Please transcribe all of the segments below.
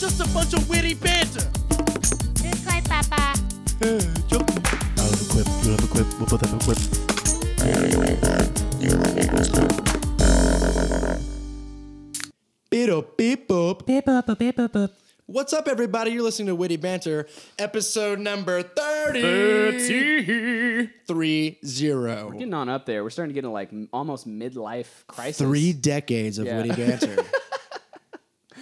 just a bunch of witty banter. Just like Papa. Hey, Joey. I love a quip. You love a quip. We'll both have a quip. Beep-o, beep-boop. Bip-bop-a-bip-bop. What's up, everybody? You're listening to Witty Banter, episode number 30. 30. Getting on up there. We're starting to get into like m- almost midlife crisis. Three decades of Yeah. Witty Banter.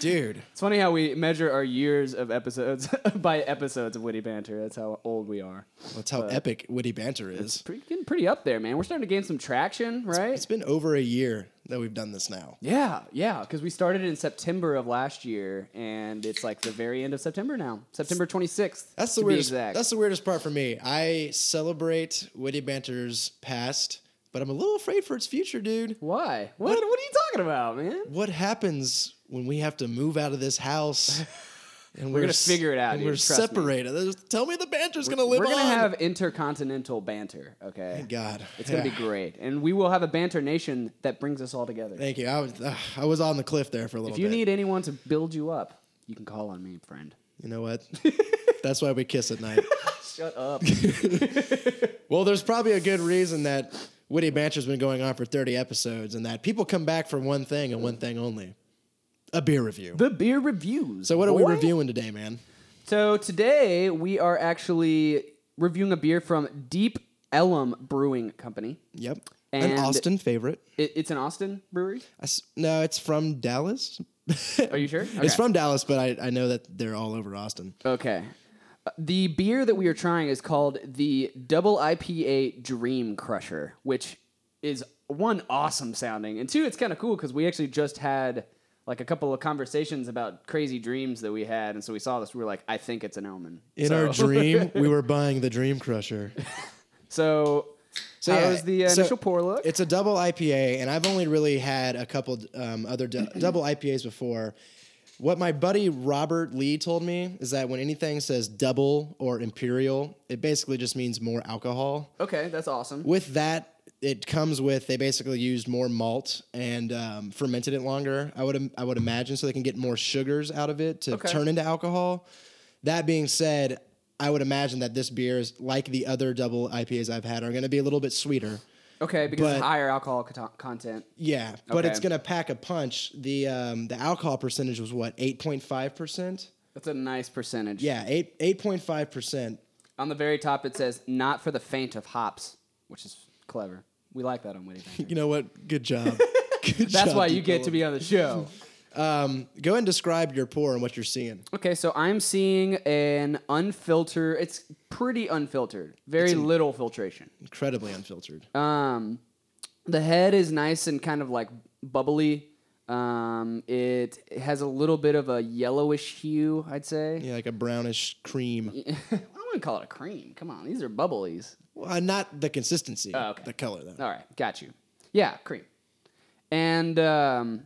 Dude, It's funny how we measure our years of episodes by episodes of witty banter. That's how old we are. that's how epic Witty Banter is. Pretty, getting pretty up there, man. We're starting to gain some traction, right? It's been over a year that we've done this now. yeah, yeah. Because we started in September of last year, and it's like the very end of September now. September 26th. That's to the be weirdest. exact. That's the weirdest part for me. I celebrate Witty Banter's past, but I'm a little afraid for its future, dude. Why? What, what? are you talking about, man? What happens when we have to move out of this house? And we're, gonna s- figure it out, and dude. we're Trust me. separated. Just Tell me the banter's gonna live We're gonna on. have intercontinental banter. Okay. God, It's gonna be great, and we will have a banter nation that brings us all together. Thank you. I was uh, I was on the cliff there for a little If you bit. need anyone to build you up, you can call on me, friend. you know what? That's why we kiss at night. Shut up. Well, there's probably a good reason that Witty Banter's been going on for 30 episodes, and that people come back for one thing and one thing only: a beer review. the beer reviews. So what are we boy. reviewing today, man? So today we are actually reviewing a beer from Deep Ellum Brewing Company. Yep. An And- Austin favorite. It, it's an Austin brewery. I s- no, it's from Dallas. Are you sure? Okay. It's from Dallas, but I, I know that they're all over Austin. Okay. Uh, The beer that we are trying is called the Double IPA Dream Crusher, which is one awesome sounding, and two, it's kind of cool because we actually just had like a couple of conversations about crazy dreams that we had, and so we saw this. We were like, I think it's an omen. In so, our dream, we were buying the Dream Crusher. so, So how yeah, does the so initial pour look? It's a double IPA, and I've only really had a couple um, other dou- double IPAs before. What my buddy Robert Lee told me is that when anything says double or imperial, it basically just means more alcohol. okay, that's awesome. with that it comes with they basically used more malt and um, fermented it longer i would im- i would imagine so they can get more sugars out of it to Okay. turn into alcohol that being said i would imagine that this beer is like the other double ipas i've had are going to be a little bit sweeter Okay, because it's but- higher alcohol co- content. yeah but Okay. it's going to pack a punch the um, the alcohol percentage was what 8.5% That's a nice percentage. yeah 8 8.5% On the very top, it says "Not for the faint of hops," which is clever. We like that on Witty. Banter. you know what good job Good That's job, why you Deep get to Ellum. be on the show. go ahead and describe your pour and what you're seeing Okay, so I'm seeing an unfiltered. It's pretty unfiltered. Very little filtration. incredibly unfiltered Um, the head is nice and kind of like bubbly. Um, it, it has a little bit of a yellowish hue, I'd say. Yeah, like a brownish cream. I wouldn't call it a cream. Come on, these are bubblies. Well, uh, not the consistency, Oh, okay. the color though. All right, got you. Yeah, cream. And um,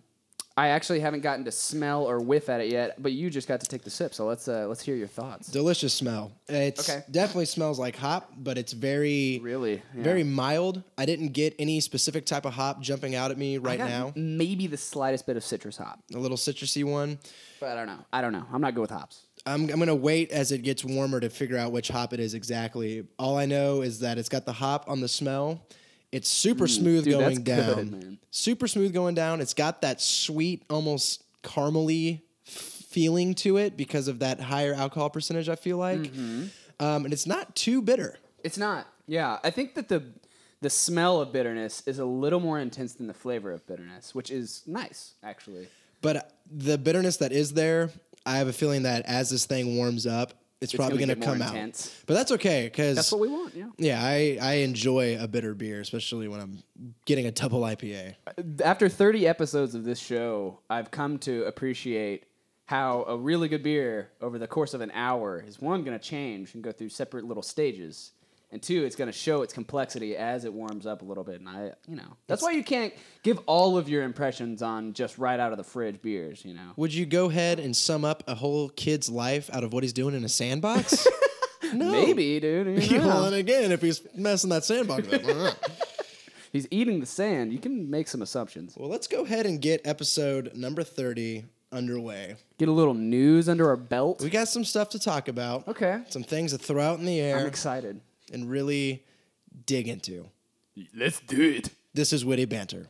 I actually haven't gotten to smell or whiff at it yet, but you just got to take the sip, so let's uh, let's hear your thoughts. Delicious smell. It's Okay. definitely smells like hop, but it's very Really, yeah. very mild. I didn't get any specific type of hop jumping out at me right I got now. maybe the slightest bit of citrus hop, A little citrusy one. but I don't know. I don't know. I'm not good with hops. I'm I'm gonna wait as it gets warmer to figure out which hop it is exactly. All I know is that it's got the hop on the smell. It's super smooth Mm, dude, that's going down. good, man. Super smooth going down. It's got that sweet, almost caramely f- feeling to it because of that higher alcohol percentage. I feel like, Mm-hmm. um, and it's not too bitter. It's not. Yeah, I think that the the smell of bitterness is a little more intense than the flavor of bitterness, which is nice actually. But the bitterness that is there, I have a feeling that as this thing warms up, it's, probably gonna gonna, get more come intense. out. But that's okay because That's what we want. Yeah. Yeah, I, I enjoy a bitter beer, especially when I'm getting a double IPA. after 30 episodes of this show, I've come to appreciate how a really good beer over the course of an hour is one going to change and go through separate little stages. And two, it's going to show its complexity as it warms up a little bit. And I, you know, that's why you can't give all of your impressions on just right out of the fridge beers, you know. Would you go ahead and sum up a whole kid's life out of what he's doing in a sandbox? no. Maybe, dude. you know. Well, and again, if he's messing that sandbox up. well, He's eating the sand. You can make some assumptions. let's go ahead and get episode number 30 underway. Get a little news under our belt. We got some stuff to talk about. Okay. Some things to throw out in the I'm air excited. and really dig into. Let's do it. This is witty banter.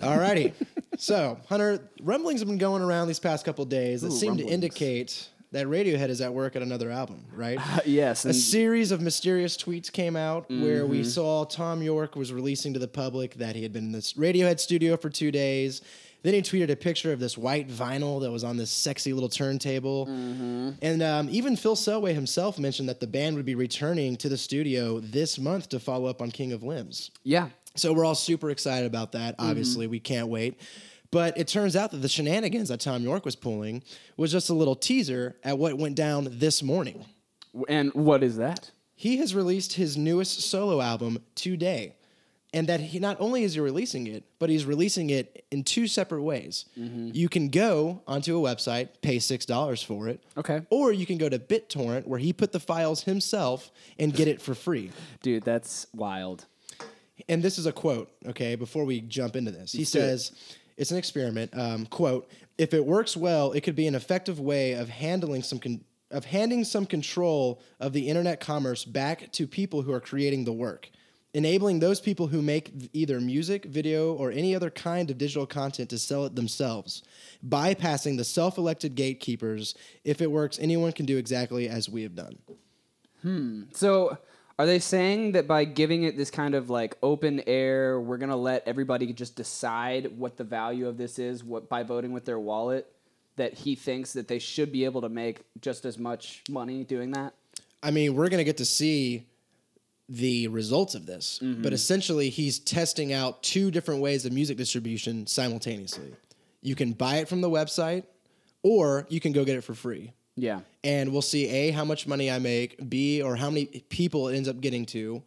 Alrighty. so, Hunter, rumblings have been going around these past couple days that Ooh, seem rumblings. to indicate that Radiohead is at work at another album, right? yes. a Uh, And Mm-hmm. series of mysterious tweets came out where we saw Tom York was releasing to the public that he had been in this Radiohead studio for two days. Then he tweeted a picture of this white vinyl that was on this sexy little turntable. Mm-hmm. And um, even Phil Selway himself mentioned that the band would be returning to the studio this month to follow up on King of Limbs. yeah. So we're all super excited about that. Obviously, we can't wait. But it turns out that the shenanigans that Tom York was pulling was just a little teaser at what went down this morning. And what is that? He has released his newest solo album today. And that he not only is he releasing it, but he's releasing it in two separate ways. You can go onto a website, pay six dollars for it. Okay. Or you can go to BitTorrent where he put the files himself and get it for free. Dude, that's wild. and this is a quote okay before we jump into this he do it. says it's an experiment um, quote if it works well it could be an effective way of handling some con- of handing some control of the internet commerce back to people who are creating the work enabling those people who make either music video or any other kind of digital content to sell it themselves bypassing the self-elected gatekeepers if it works anyone can do exactly as we have done So, are they saying that by giving it this kind of like open air, we're gonna let everybody just decide what the value of this is, what by voting with their wallet, that he thinks that they should be able to make just as much money doing that? I mean, we're going to get to see the results of this, but essentially, he's testing out two different ways of music distribution simultaneously. You can buy it from the website, or you can go get it for free. Yeah. And we'll see A, how much money I make, B, or how many people it ends up getting to,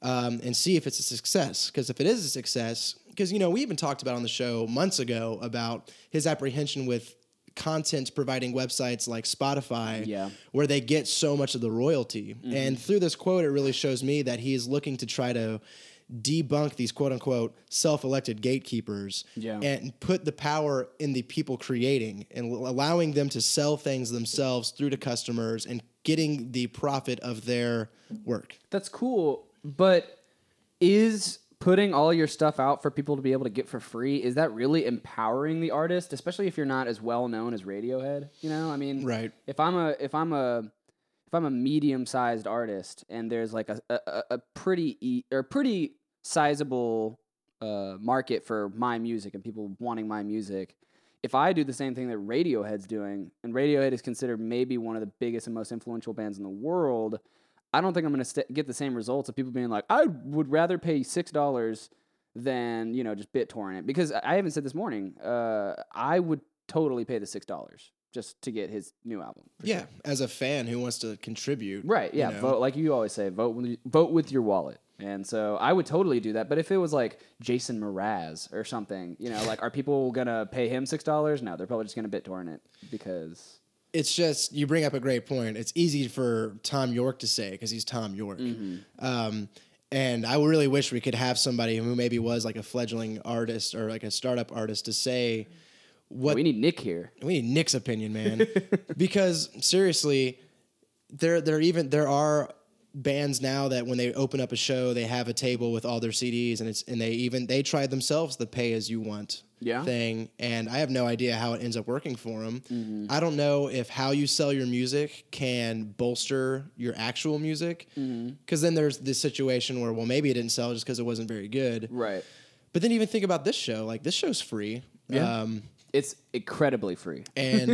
um, and see if it's a success. Because if it is a success, because, you know, we even talked about on the show months ago about his apprehension with content providing websites like Spotify Yeah. where they get so much of the royalty. Mm-hmm. And through this quote, it really shows me that he is looking to try to debunk these quote unquote self elected gatekeepers Yeah. and put the power in the people creating and l- allowing them to sell things themselves through to customers and getting the profit of their work. That's cool, but is putting all your stuff out for people to be able to get for free is that really empowering the artist, especially if you're not as well known as Radiohead? You know, I mean, Right. If I'm a if I'm a if I'm a medium sized artist and there's like a a, a- a pretty e- or pretty sizable uh, market for my music and people wanting my music. If I do the same thing that Radiohead's doing, and Radiohead is considered maybe one of the biggest and most influential bands in the world, I don't think I'm going to st- get the same results of people being like, I would rather pay six dollars than you know just BitTorrent it because I I haven't said this morning. Uh, I would totally pay the six dollars just to get his new album. Yeah, as a fan who wants to contribute. Right. Yeah. know? Vote like you always say. Vote with, vote with your wallet. And so I would totally do that. But if it was like Jason Mraz or something, you know, like are people gonna pay him six dollars? No, they're probably just gonna BitTorrent it because it's just you bring up a great point. It's easy for Tom York to say because he's Tom York. Um, and I really wish we could have somebody who maybe was like a fledgling artist or like a startup artist to say what we need Nick here. we need Nick's opinion, man. because seriously, there there even there are bands now that when they open up a show, they have a table with all their CDs and it's and they even they tried themselves the pay as you want Yeah. thing and I have no idea how it ends up working for them. Mm-hmm. I don't know if how you sell your music can bolster your actual music Mm-hmm. cuz then there's this situation where well maybe it didn't sell just cuz it wasn't very good. Right. But then even think about this show, like this show's free. Yeah. Um It's incredibly free. and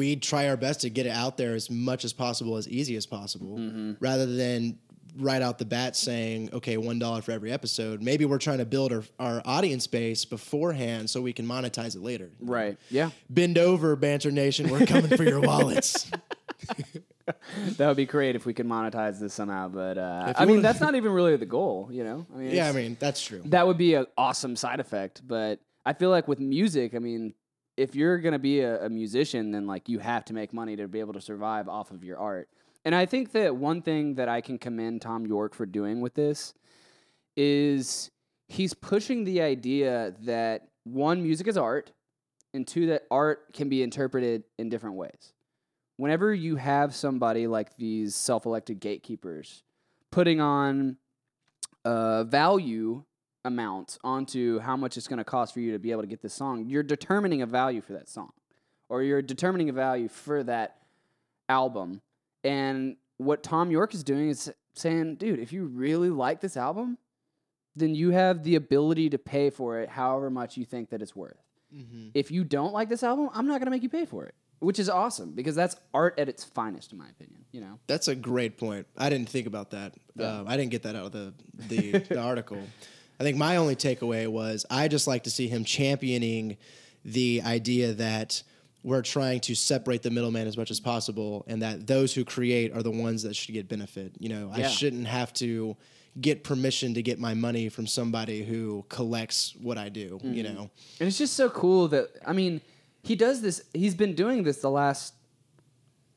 we try our best to get it out there as much as possible, as easy as possible, Mm-hmm. rather than right out the bat saying, okay, $1 for every episode. Maybe we're trying to build our, our audience base beforehand so we can monetize it later. Right. Yeah. Bend over, Banter Nation. We're coming for your wallets. That would be great if we could monetize this somehow. But uh, If I you mean, wanna- that's not even really the goal. You know. I mean, Yeah, I it's- mean, that's true. that would be an awesome side effect. But I feel like with music, I mean, if you're gonna be a, a musician, then like you have to make money to be able to survive off of your art. And I think that one thing that I can commend Tom York for doing with this is he's pushing the idea that one, music is art, and two, that art can be interpreted in different ways. Whenever you have somebody like these self elected gatekeepers putting on uh, value amounts onto how much it's going to cost for you to be able to get this song, you're determining a value for that song or you're determining a value for that album. And what Tom York is doing is saying, dude, if you really like this album, then you have the ability to pay for it however much you think that it's worth. If you don't like this album, I'm not going to make you pay for it, which is awesome because that's art at its finest, in my opinion. You know, That's a great point. I didn't think about that. Um, I didn't get that out of the the, the article. I think my only takeaway was I just like to see him championing the idea that we're trying to separate the middleman as much as possible, and that those who create are the ones that should get benefit. You know, I Yeah. shouldn't have to get permission to get my money from somebody who collects what I do. You Mm. know, and it's just so cool that, I mean, he does this, he's been doing this the last,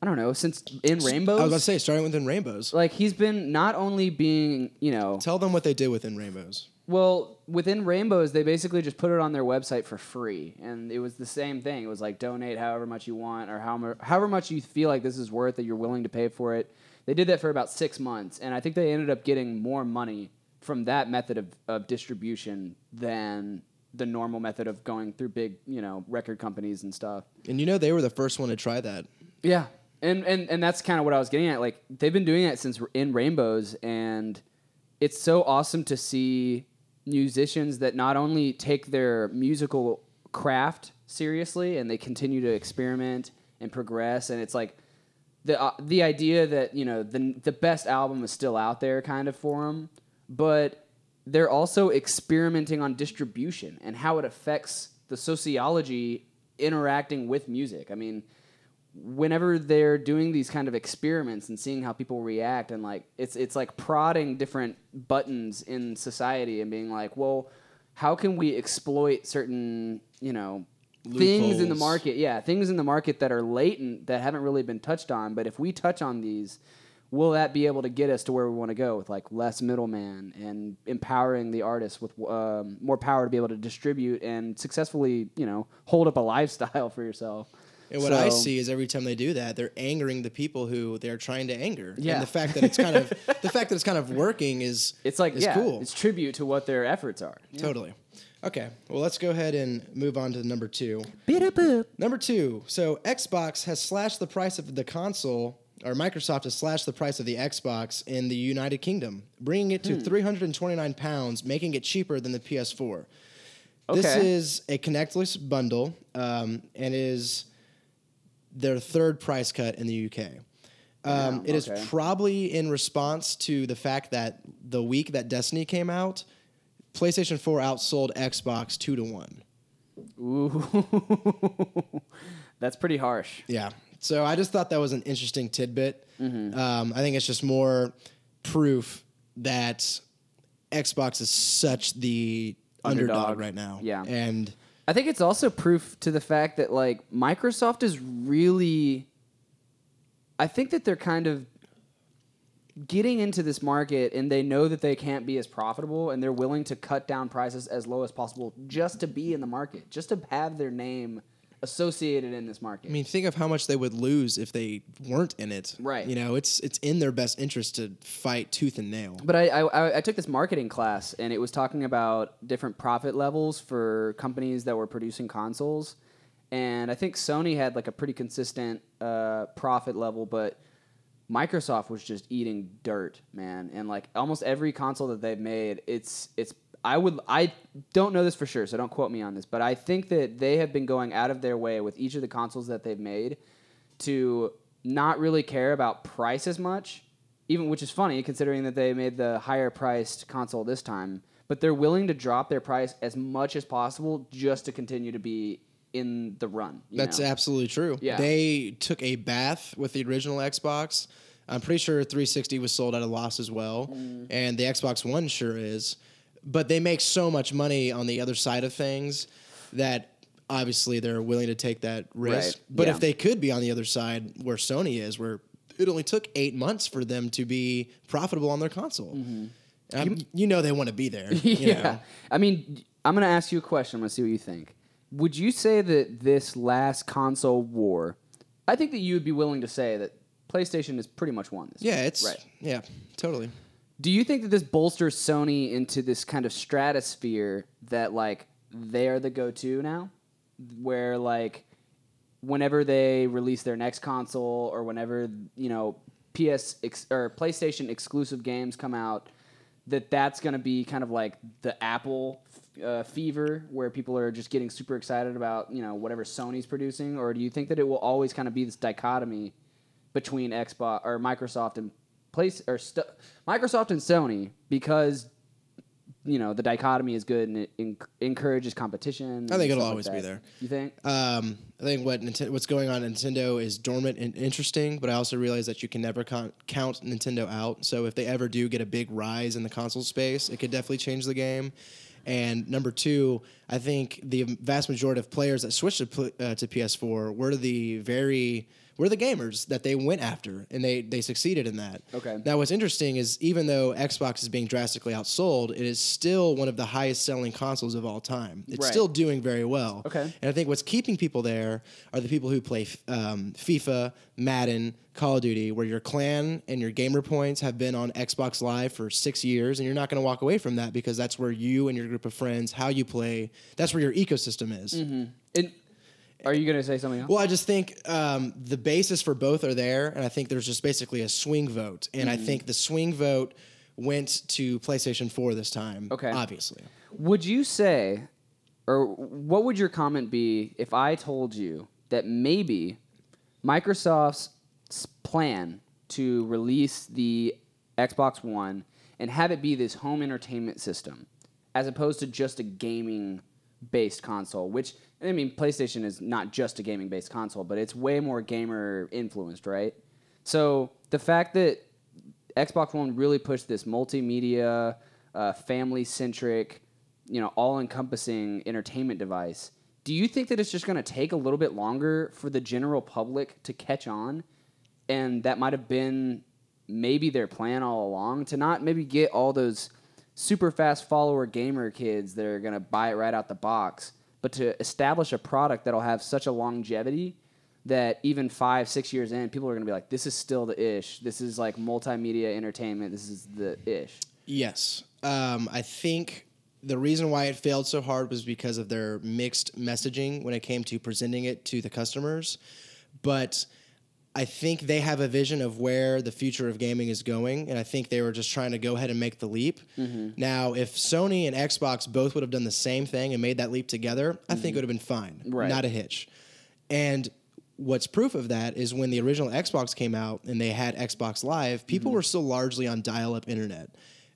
I don't know, since In Rainbows. I was about to say starting within rainbows. like he's been not only being you know Tell them what they did within rainbows. well within rainbows they basically just put it on their website for free and it was the same thing it was like donate however much you want or how mu- however much you feel like this is worth that you're willing to pay for it they did that for about six months and i think they ended up getting more money from that method of, of distribution than the normal method of going through big you know record companies and stuff And you know they were the first one to try that. yeah, and and and that's kind of what I was getting at. Like they've been doing that since in Rainbows, and it's so awesome to see musicians that not only take their musical craft seriously and they continue to experiment and progress. And it's like the uh, the idea that you know the the best album is still out there, kind of for them, but they're also experimenting on distribution and how it affects the sociology interacting with music. I mean, whenever they're doing these kind of experiments and seeing how people react and like it's it's like prodding different buttons in society and being like, well, how can we exploit certain, you know, things in the Loopholes. market? Yeah, things in the market that are latent that haven't really been touched on, but if we touch on these, will that be able to get us to where we want to go with like less middleman and empowering the artist with um, more power to be able to distribute and successfully, you know, hold up a lifestyle for yourself? And what I So- see is every time they do that, they're angering the people who they're trying to anger. Yeah. And the fact that it's kind of the fact that it's kind of working is It's like is yeah, cool. it's tribute to what their efforts are. Totally. Okay. Well, let's go ahead and move on to number two. Number two. So Xbox has slashed the price of the console, or Microsoft has slashed the price of the Xbox in the United Kingdom, bringing it to 329 pounds, making it cheaper than the PS4. This Okay. is a connectless bundle, um, and is their third price cut in the UK. Um, Yeah, it is okay. probably in response to the fact that the week that Destiny came out, PlayStation 4 outsold Xbox two to one. Ooh, that's pretty harsh. Yeah. So I just thought that was an interesting tidbit. Mm-hmm. Um, I think it's just more proof that Xbox is such the underdog, Underdog. right now. Yeah. And I think it's also proof to the fact that like Microsoft is really I think that they're kind of getting into this market and they know that they can't be as profitable and they're willing to cut down prices as low as possible just to be in the market, just to have their name associated in this market. I mean, think of how much they would lose if they weren't in it. Right. You know, it's it's in their best interest to fight tooth and nail. But I, I- I, I took this marketing class, and it was talking about different profit levels for companies that were producing consoles. And I think Sony had like a pretty consistent uh, profit level, but Microsoft was just eating dirt, man. And like almost every console that they've made, it's it's I would I don't know this for sure, so don't quote me on this, but I think that they have been going out of their way with each of the consoles that they've made to not really care about price as much, even which is funny considering that they made the higher priced console this time, but they're willing to drop their price as much as possible just to continue to be in the run. you That's know? absolutely true. Yeah. They took a bath with the original Xbox. I'm pretty sure 360 was sold at a loss as well, Mm. and the Xbox One sure is. But they make so much money on the other side of things that obviously they're willing to take that risk. Right. But Yeah. if they could be on the other side where Sony is, where it only took eight months for them to be profitable on their console. I'm- you know they want to be there. You Mm-hmm. yeah. Know? I mean, I'm going to ask you a question. I'm going to see what you think. Would you say that this last console war, I think that you would be willing to say that PlayStation has pretty much won this. Yeah, it's Right. yeah, totally. Do you think that this bolsters Sony into this kind of stratosphere that, like, they are the go to now? Where, like, whenever they release their next console or whenever, you know, PS ex- or PlayStation exclusive games come out, that that's going to be kind of like the Apple uh, fever where people are just getting super excited about, you know, whatever Sony's producing? Or do you think that it will always kind of be this dichotomy between Xbox or Microsoft and place or st- Microsoft and Sony because you know the dichotomy is good and it enc- encourages competition. I think and it'll stuff like always be that. there. You think? Um, I think what Ninte- what's going on at Nintendo is dormant and interesting, but I also realize that you can never con- count Nintendo out. So if they ever do get a big rise in the console space, it could definitely change the game. And number two, I think the vast majority of players that switched to, pl- uh, to PS4 were the very were the gamers that they went after, and they they succeeded in that. Okay. Now, what's interesting is even though Xbox is being drastically outsold, it is still one of the highest selling consoles of all time. It's Right. still doing very well. Okay. And I think what's keeping people there are the people who play um, FIFA, Madden, Call of Duty, where your clan and your gamer points have been on Xbox Live for six years, and you're not going to walk away from that because that's where you and your group of friends, how you play, that's where your ecosystem is. Mm-hmm. And are you gonna say something else? Well, I just think um, the basis for both are there, and I think there's just basically a swing vote, and I Mm-hmm. think the swing vote went to PlayStation 4 this time. Okay. obviously. Would you say, or what would your comment be if I told you that maybe Microsoft's s- plan to release the Xbox One and have it be this home entertainment system as opposed to just a gaming based console, which, I mean, PlayStation is not just a gaming based console, but it's way more gamer influenced, right? So the fact that Xbox One really pushed this multimedia, uh, family centric, you know, all encompassing entertainment device. Do you think that it's just going to take a little bit longer for the general public to catch on? And that might have been maybe their plan all along to not maybe get all those super fast follower gamer kids that are going to buy it right out the box, but to establish a product that'll have such a longevity that even five, six years in, people are going to be like, this is still the ish. This is like multimedia entertainment. This is the ish. Yes. Um, I think the reason why it failed so hard was because of their mixed messaging when it came to presenting it to the customers. But I think they have a vision of where the future of gaming is going, and I think they were just trying to go ahead and make the leap. Now, if Sony and Xbox both would have done the same thing and made that leap together, I think it would have been fine. Right. Not a hitch. And what's proof of that is when the original Xbox came out and they had Xbox Live, people were still largely on dial-up internet.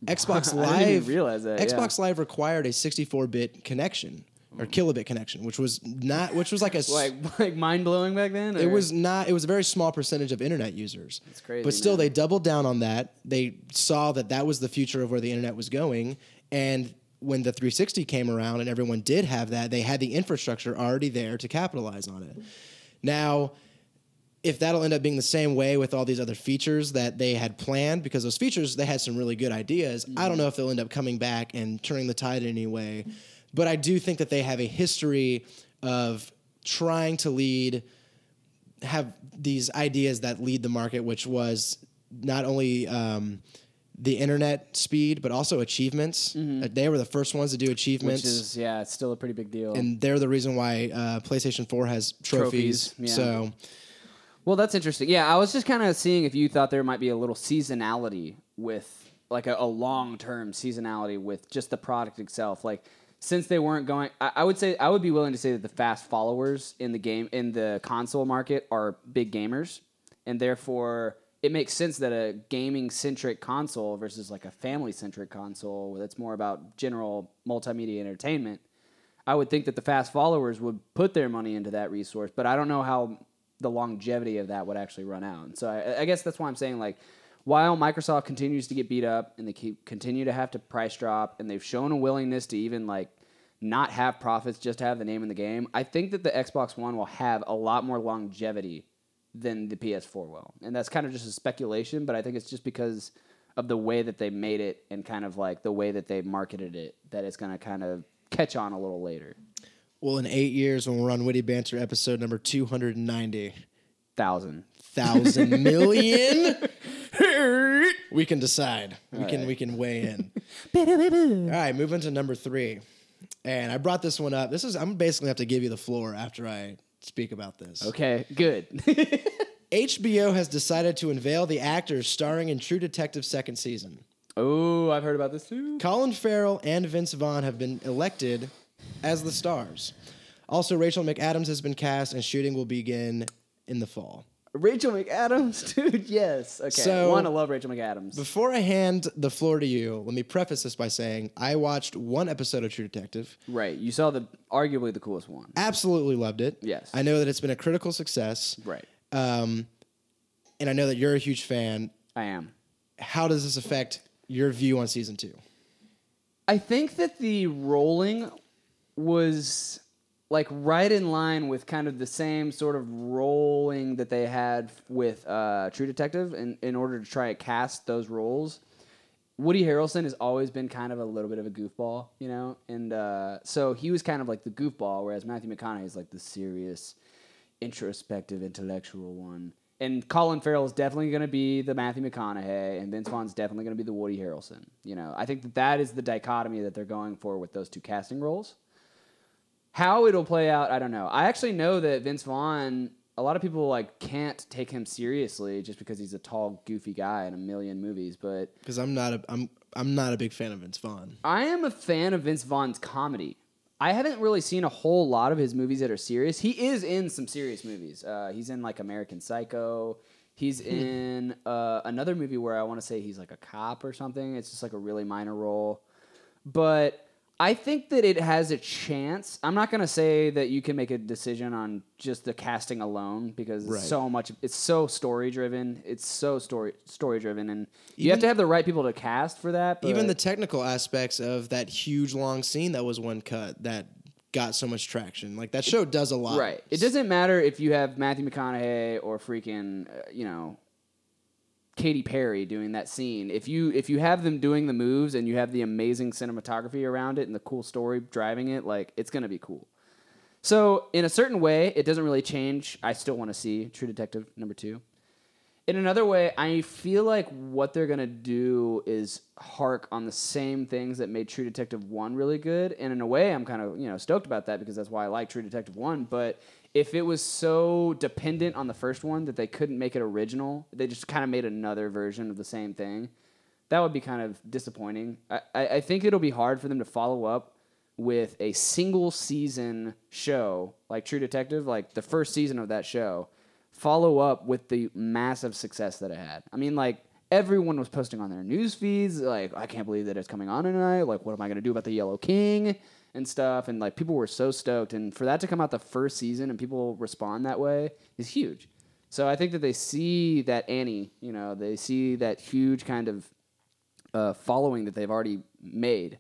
Xbox Live Mm-hmm. I didn't even realize that, yeah. Xbox Live required a 64-bit connection or kilobit connection, which was not which was like a s- Like, like mind blowing back then? it or- was not. It was a very small percentage of internet users. It's crazy, But still, man. they doubled down on that. They saw that that was the future of where the internet was going. And when the 360 came around and everyone did have that, they had the infrastructure already there to capitalize on it. Now, if that'll end up being the same way with all these other features that they had planned, because those features they had some really good ideas. I Mm-hmm. don't know if they'll end up coming back and turning the tide in any way, but I do think that they have a history of trying to lead have these ideas that lead the market, which was not only um, the internet speed, but also achievements. Uh, They were the first ones to do achievements. Mm-hmm. Which is, yeah, it's still a pretty big deal. and they're the reason why uh, PlayStation 4 has trophies. Trophies, yeah. So, Well, that's interesting. Yeah, I was just kind of seeing if you thought there might be a little seasonality with, like, a, a long term seasonality with just the product itself. Like, since they weren't going, I, I would say I would be willing to say that the fast followers in the game in the console market are big gamers, and therefore it makes sense that a gaming centric console versus like a family centric console that's more about general multimedia entertainment. I would think that the fast followers would put their money into that resource, but I don't know how the longevity of that would actually run out. And so I, I guess that's why I'm saying like, while Microsoft continues to get beat up and they keep continue to have to price drop, and they've shown a willingness to even like not have profits just to have the name in the game, I think that the Xbox One will have a lot more longevity than the PS4 will, and that's kind of just a speculation. But I think it's just because of the way that they made it and kind of like the way that they marketed it that it's going to kind of catch on a little later. Well, in eight years, when we're on Witty Banter episode number 290, Thousand. thousand million, we can decide. We can we can weigh in. All right, moving to number three, and I brought this one up. This is I'm basically have to give you the floor after I speak about this. Okay, good. HBO has decided to unveil the actors starring in True Detective second season. oh, I've heard about this too. Colin Farrell and Vince Vaughn have been elected as the stars. Also, Rachel McAdams has been cast, and shooting will begin in the fall. Rachel McAdams, dude, yes. Okay, So- one, I love Rachel McAdams. Before I hand the floor to you, let me preface this by saying I watched one episode of True Detective, right, you saw the arguably the coolest one. absolutely loved it. Yes. I know that it's been a critical success, um, Right, and I know that you're a huge fan. I am. How does this affect your view on season two? I think that the rolling was like right in line with kind of the same sort of rolling that they had with uh, True Detective in, in order to try to cast those roles. Woody Harrelson has always been kind of a little bit of a goofball, you know, and uh, so he was kind of like the goofball, whereas Matthew McConaughey is like the serious, introspective, intellectual one. And Colin Farrell is definitely going to be the Matthew McConaughey, and Vince Vaughn's definitely going to be the Woody Harrelson. You know, I think that that is the dichotomy that they're going for with those two casting roles. How it'll play out, I don't know. I actually know that Vince Vaughn, a lot of people like can't take him seriously just because he's a tall, goofy guy in a million movies, but Because I'm not a I'm I'm not a big fan of Vince Vaughn. I am a fan of Vince Vaughn's comedy. I haven't really seen a whole lot of his movies that are serious. He is in some serious movies. Uh, he's in like American Psycho. He's Hmm. in uh, another movie where I want to say he's like a cop or something. It's just like a really minor role. But I think that it has a chance. I'm not going to say that you can make a decision on just the casting alone because Right. it's so much it's so story driven. It's so story story driven and you have to have the right people to cast for that. But Even the technical aspects of that huge long scene that was one cut that got so much traction. Like that show does a lot. Right. It doesn't matter if you have Matthew McConaughey or freaking, uh, you know, Katy Perry doing that scene. If you if you have them doing the moves and you have the amazing cinematography around it and the cool story driving it, like it's gonna be cool. So in a certain way, it doesn't really change. I still want to see True Detective number two. In another way, I feel like what they're gonna do is hark on the same things that made True Detective One really good, and in a way, I'm kind of you know stoked about that because that's why I like True Detective One. But if it was so dependent on the first one that they couldn't make it original, they just kind of made another version of the same thing. That would be kind of disappointing. I, I, I think it'll be hard for them to follow up with a single season show like True Detective, like the first season of that show, follow up with the massive success that it had. I mean, like everyone was posting on their news feeds, like I can't believe that it's coming on tonight. Like, what am I gonna do about the Yellow King and stuff? And like people were so stoked, and for that to come out the first season and people respond that way is huge. So I think that they see that Annie, you know, they see that huge kind of uh, following that they've already made.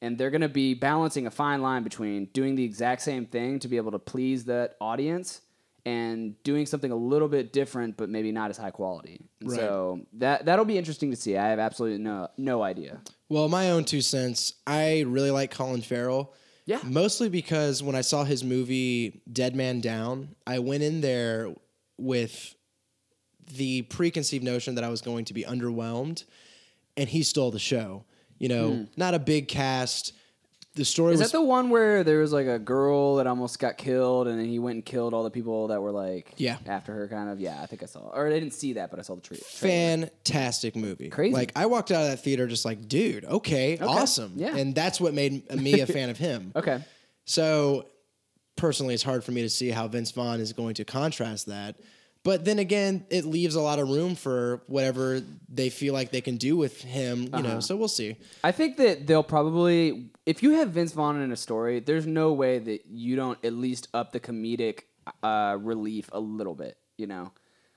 And they're going to be balancing a fine line between doing the exact same thing to be able to please that audience and doing something a little bit different, but maybe not as high quality. And Right. So that that'll be interesting to see. I have absolutely no no idea. Well, my own two cents. I really like Colin Farrell. Yeah. Mostly because when I saw his movie Dead Man Down, I went in there with the preconceived notion that I was going to be underwhelmed, and he stole the show. You know, not a big cast. The story Hmm. Is was that the one where there was like a girl that almost got killed, and then he went and killed all the people that were like Yeah. after her? Kind of yeah. I think I saw, or I didn't see that, but I saw the tree. fantastic movie. Crazy. Like I walked out of that theater just like, dude, okay, awesome. Yeah. And that's what made me a fan of him. Okay. So personally, it's hard for me to see how Vince Vaughn is going to contrast that. But then again, it leaves a lot of room for whatever they feel like they can do with him, you Uh-huh. know. So we'll see. I think that they'll probably, if you have Vince Vaughn in a story, there's no way that you don't at least up the comedic uh, relief a little bit. You know,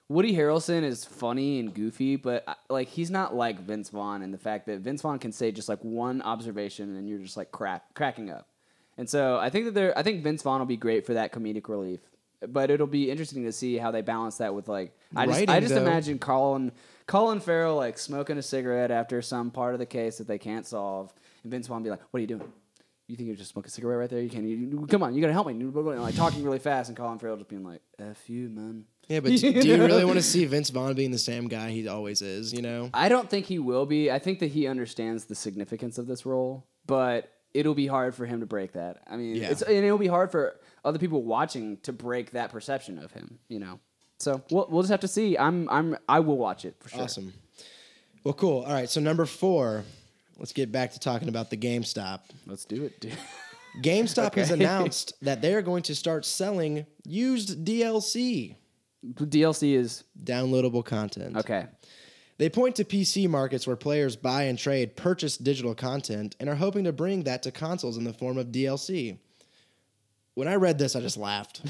Woody Harrelson is funny and goofy, but uh, like he's not like Vince Vaughn in the fact that Vince Vaughn can say just like one observation and you're just like crack cracking up. And so I think that they're, I think Vince Vaughn will be great for that comedic relief. but it'll be interesting to see how they balance that with like I just I Writing, just though. imagine Colin Colin Farrell like smoking a cigarette after some part of the case that they can't solve, and Vince Vaughn be like, "What are you doing? You think you're just smoking a cigarette right there? You can't. You, you- come on, you gotta help me." And like talking really fast, and Colin Farrell just being like, "F you, man." Yeah, but do you really want to see Vince Vaughn being the same guy he always is? You know, I don't think he will be. I think that he understands the significance of this role, but it'll be hard for him to break that. I mean, Yeah. it's, and it'll be hard for other people watching to break that perception of him. You know, so we'll, we'll just have to see. I'm I'm I will watch it for sure. awesome. Well, cool. All right, so number four. Let's get back to talking about the GameStop. Let's do it, dude. GameStop has announced that they are going to start selling used DLC, DLC is downloadable content. okay. They point to PC markets where players buy and trade purchased digital content and are hoping to bring that to consoles in the form of DLC. When I read this, I just laughed.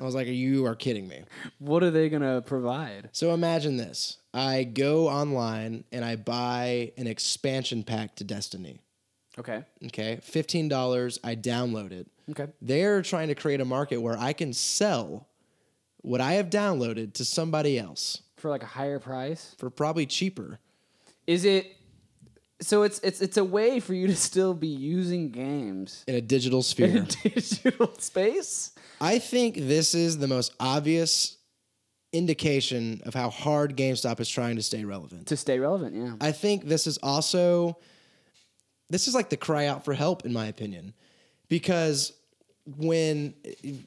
I was like, you are kidding me. What are they gonna provide? So imagine this I go online and I buy an expansion pack to Destiny. Okay. Okay, $15, I download it. Okay. They're trying to create a market where I can sell what I have downloaded to somebody else For like a higher price. for probably cheaper. Is it? So it's it's it's a way for you to still be using games In a digital in a sphere. digital space. I think this is the most obvious indication of how hard GameStop is trying to stay relevant. to stay relevant. Yeah, I think this is also this is like the cry out for help in my opinion because when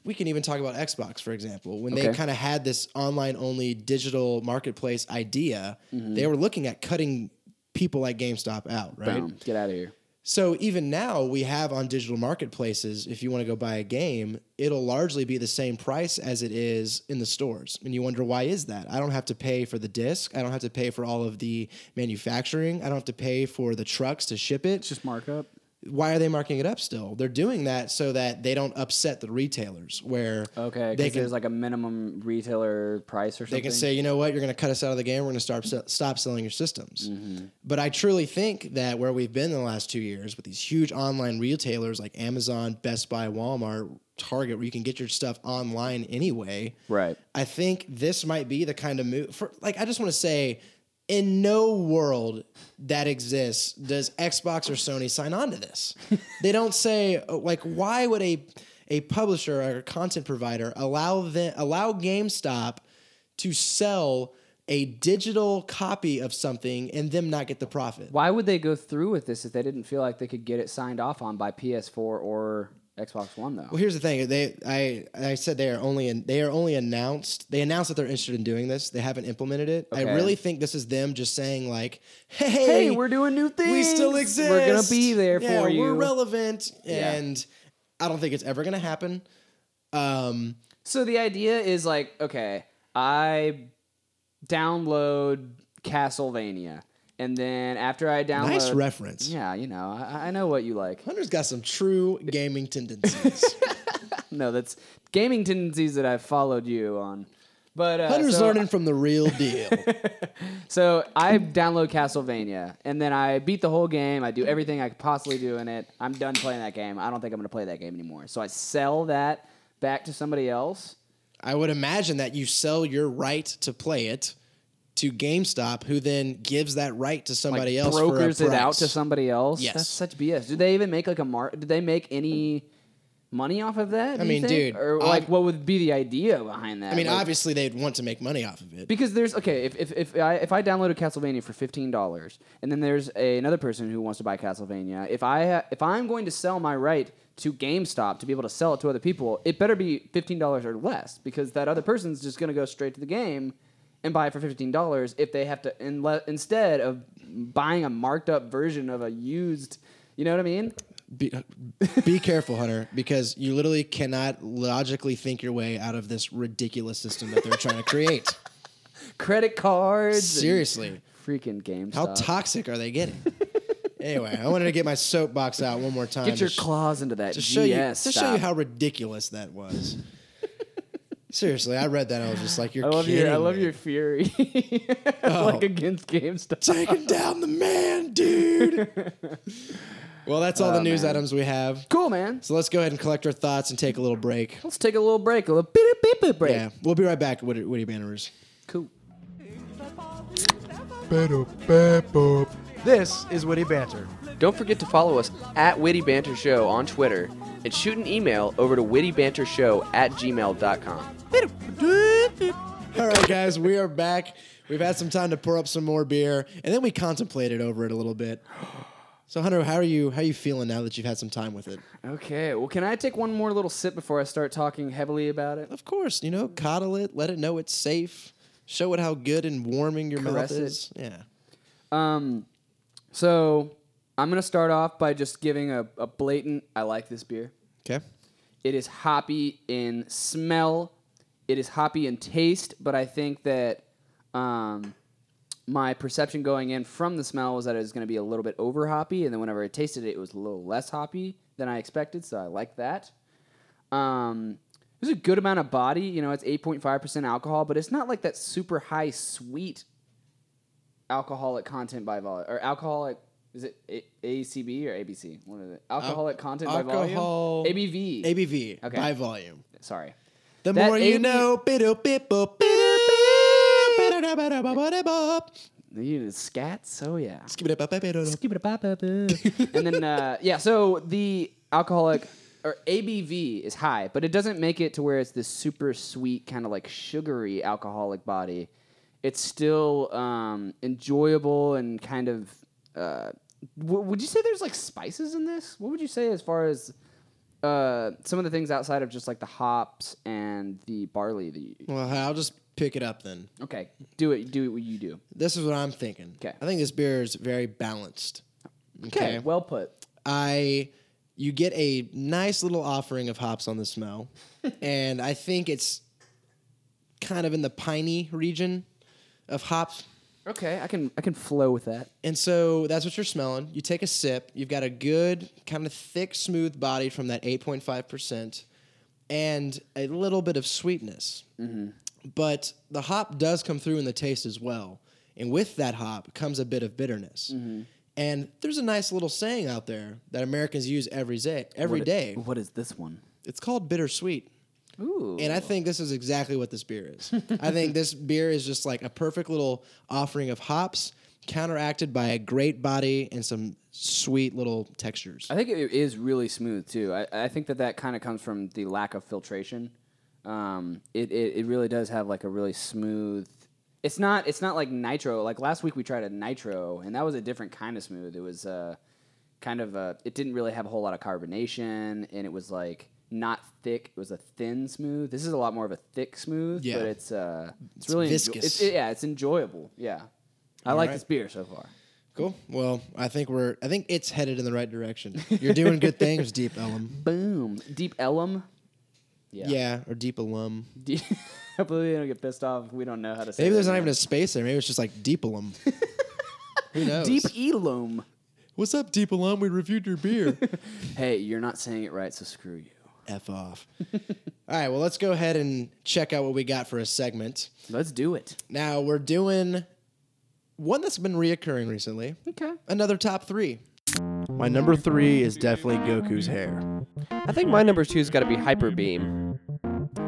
we can even talk about Xbox for example when they Okay. kind of had this online only digital marketplace idea Mm-hmm. they were looking at cutting people like GameStop out right Boom. Get out of here. so even now, we have on digital marketplaces, if you want to go buy a game, it'll largely be the same price as it is in the stores. And you wonder why is that? I don't have to pay for the disc. I don't have to pay for all of the manufacturing. I don't have to pay for the trucks to ship it. just markup. Why are they marking it up still? They're doing that so that they don't upset the retailers where Okay, they because can there's like a minimum retailer price or something. they can say, you know what, you're going to cut us out of the game. We're going to start stop selling your systems. Mm-hmm. But I truly think that where we've been in the last two years with these huge online retailers like Amazon, Best Buy, Walmart, Target, where you can get your stuff online anyway. right. I think this might be the kind of move. For like, I just want to say, in no world that exists does Xbox or Sony sign on to this. they don't say oh, like, why would a a publisher or a content provider allow them allow GameStop to sell a digital copy of something and them not get the profit? Why would they go through with this if they didn't feel like they could get it signed off on by PS4 or Xbox One though? Well, here's the thing. They, I, I said they are only, in, they are only announced. They announced that they're interested in doing this. They haven't implemented it. Okay. I really think this is them just saying like, "Hey, hey, we're doing new things. we still exist. We're gonna be there Yeah, for you. We're relevant." Yeah. And I don't think it's ever gonna happen. Um, So the idea is like, okay, I download Castlevania, and then after I download, nice reference. yeah, you know, I, I know what you like. Hunter's got some true gaming tendencies. No, that's gaming tendencies that I've followed you on. But uh, Hunter's so, learning from the real deal. So I download Castlevania, and then I beat the whole game. I do everything I could possibly do in it. I'm done playing that game. I don't think I'm going to play that game anymore. So I sell that back to somebody else. I would imagine that you sell your right to play it to GameStop, who then gives that right to Like somebody else. for a brokers it out price. to somebody else. Yes. that's such BS. Do they even make like a mark? Do they make any money off of that? do you mean, think? dude, or like, ob- what would be the idea behind that? I mean, Like, obviously they'd want to make money off of it. Because there's okay, if if if I if I downloaded Castlevania for fifteen dollars, and then there's a, another person who wants to buy Castlevania, if I ha- if I'm going to sell my right to GameStop to be able to sell it to other people, it better be fifteen dollars or less, because that other person's just going to go straight to the game and buy it for fifteen dollars if they have to inle- instead of buying a marked up version of a used. You know what I mean? Be, be careful, Hunter, because you literally cannot logically think your way out of this ridiculous system that they're trying to create. Credit cards. and Seriously, Freaking GameStop. how toxic are they getting? Anyway, I wanted to get my soapbox out one more time. Get to your sh- claws into that to GS show you to show you stuff. how ridiculous that was. Seriously, I read that and I was just like, "You're I love kidding." your I love me. your fury, Oh. like against GameStop. taking down the man, dude. Well, that's all the Oh, news man. items we have. Cool, man. So let's go ahead and collect our thoughts and take a little break. Let's take a little break, a little beep beep beep break. Yeah, we'll be right back. Woody, Woody Bannerers. Cool. This is Woody Banter. Don't forget to follow us at Witty Banter Show on Twitter and shoot an email over to wittybantershow at gmail.com. All right, guys, we are back. We've had some time to pour up some more beer, and then we contemplated over it a little bit. So, Hunter, how are you? How are you feeling now that you've had some time with it? Okay. Well, can I take one more little sip before I start talking heavily about it? Of course, you know, coddle it, let it know it's safe, show it how good and warming your Caress mouth it. is. Yeah. Um, so I'm gonna start off by just giving a, a blatant. I like this beer. Okay. It is hoppy in smell. It is hoppy in taste, but I think that um, my perception going in from the smell was that it was going to be a little bit over hoppy, and then whenever I tasted it, it was a little less hoppy than I expected. So I like that. Um, there's a good amount of body. You know, it's 8.5% alcohol, but it's not like that super high sweet alcoholic content by volume or alcoholic. Is it a- ACB or ABC? One of the alcoholic content alcohol- by volume. ABV. ABV E. Okay. by volume. Sorry. The That more you AB know. bido, bip, bop, bido, bip, bido, da, ba, da, ba, ba, da, bop. You did scats? Oh, yeah. Skibidi, bop, bop, bido, Skip it up, up, up. and then, uh, yeah, so the alcoholic or ABV is high, but it doesn't make it to where it's this super sweet, kind of like sugary alcoholic body. It's still um, enjoyable and kind of. Uh, w- would you say there's like spices in this? What would you say as far as uh, some of the things outside of just like the hops and the barley that you. da. Well, I'll just pick it up then. Okay, do it. Do what you do. This is what I'm thinking. 'Kay. I think this beer is very balanced. Okay, well put. I you get a nice little offering of hops on the smell, and I think it's kind of in the piney region of hops. Okay, I can I can flow with that. And so that's what you're smelling. You take a sip. You've got a good, kind of thick, smooth body from that 8.5%, and a little bit of sweetness. But the hop does come through in the taste as well. And with that hop comes a bit of bitterness. And there's a nice little saying out there that Americans use every day. Every day. What is this one? It's called bittersweet. Ooh. And I think this is exactly what this beer is. I think this beer is just like a perfect little offering of hops, counteracted by a great body and some sweet little textures. I think it is really smooth too. I, I think that that kind of comes from the lack of filtration. Um, it, it, it really does have like a really smooth. It's not it's not like nitro. Like last week we tried a nitro and that was a different kind of smooth. It was uh, kind of a. It didn't really have a whole lot of carbonation and it was like not thick. It was a thin smooth. This is a lot more of a thick smooth. Yeah. But it's uh, it's, It's really enjo- viscous. it's, yeah, it's enjoyable. Yeah, I like this beer so far. Cool. Well, I think we're I think it's headed in the right direction. You're doing good things, Deep Elm. Boom. Deep Ellum. Yeah. or Deep Alum. Deep. Hopefully they don't get pissed off. if We don't know how to say. Maybe there's their not even name. a space there. Maybe it's just like Deep Alum. Who knows? deep elum. What's up, Deep Alum? We reviewed your beer. Hey, you're not saying it right, so screw you. F off. All right, well, let's go ahead and check out what we got for a segment. Let's do it. Now we're doing one that's been reoccurring recently. Okay. Another top three. My number three is definitely Goku's hair. I think my number two's got to be Hyper Beam.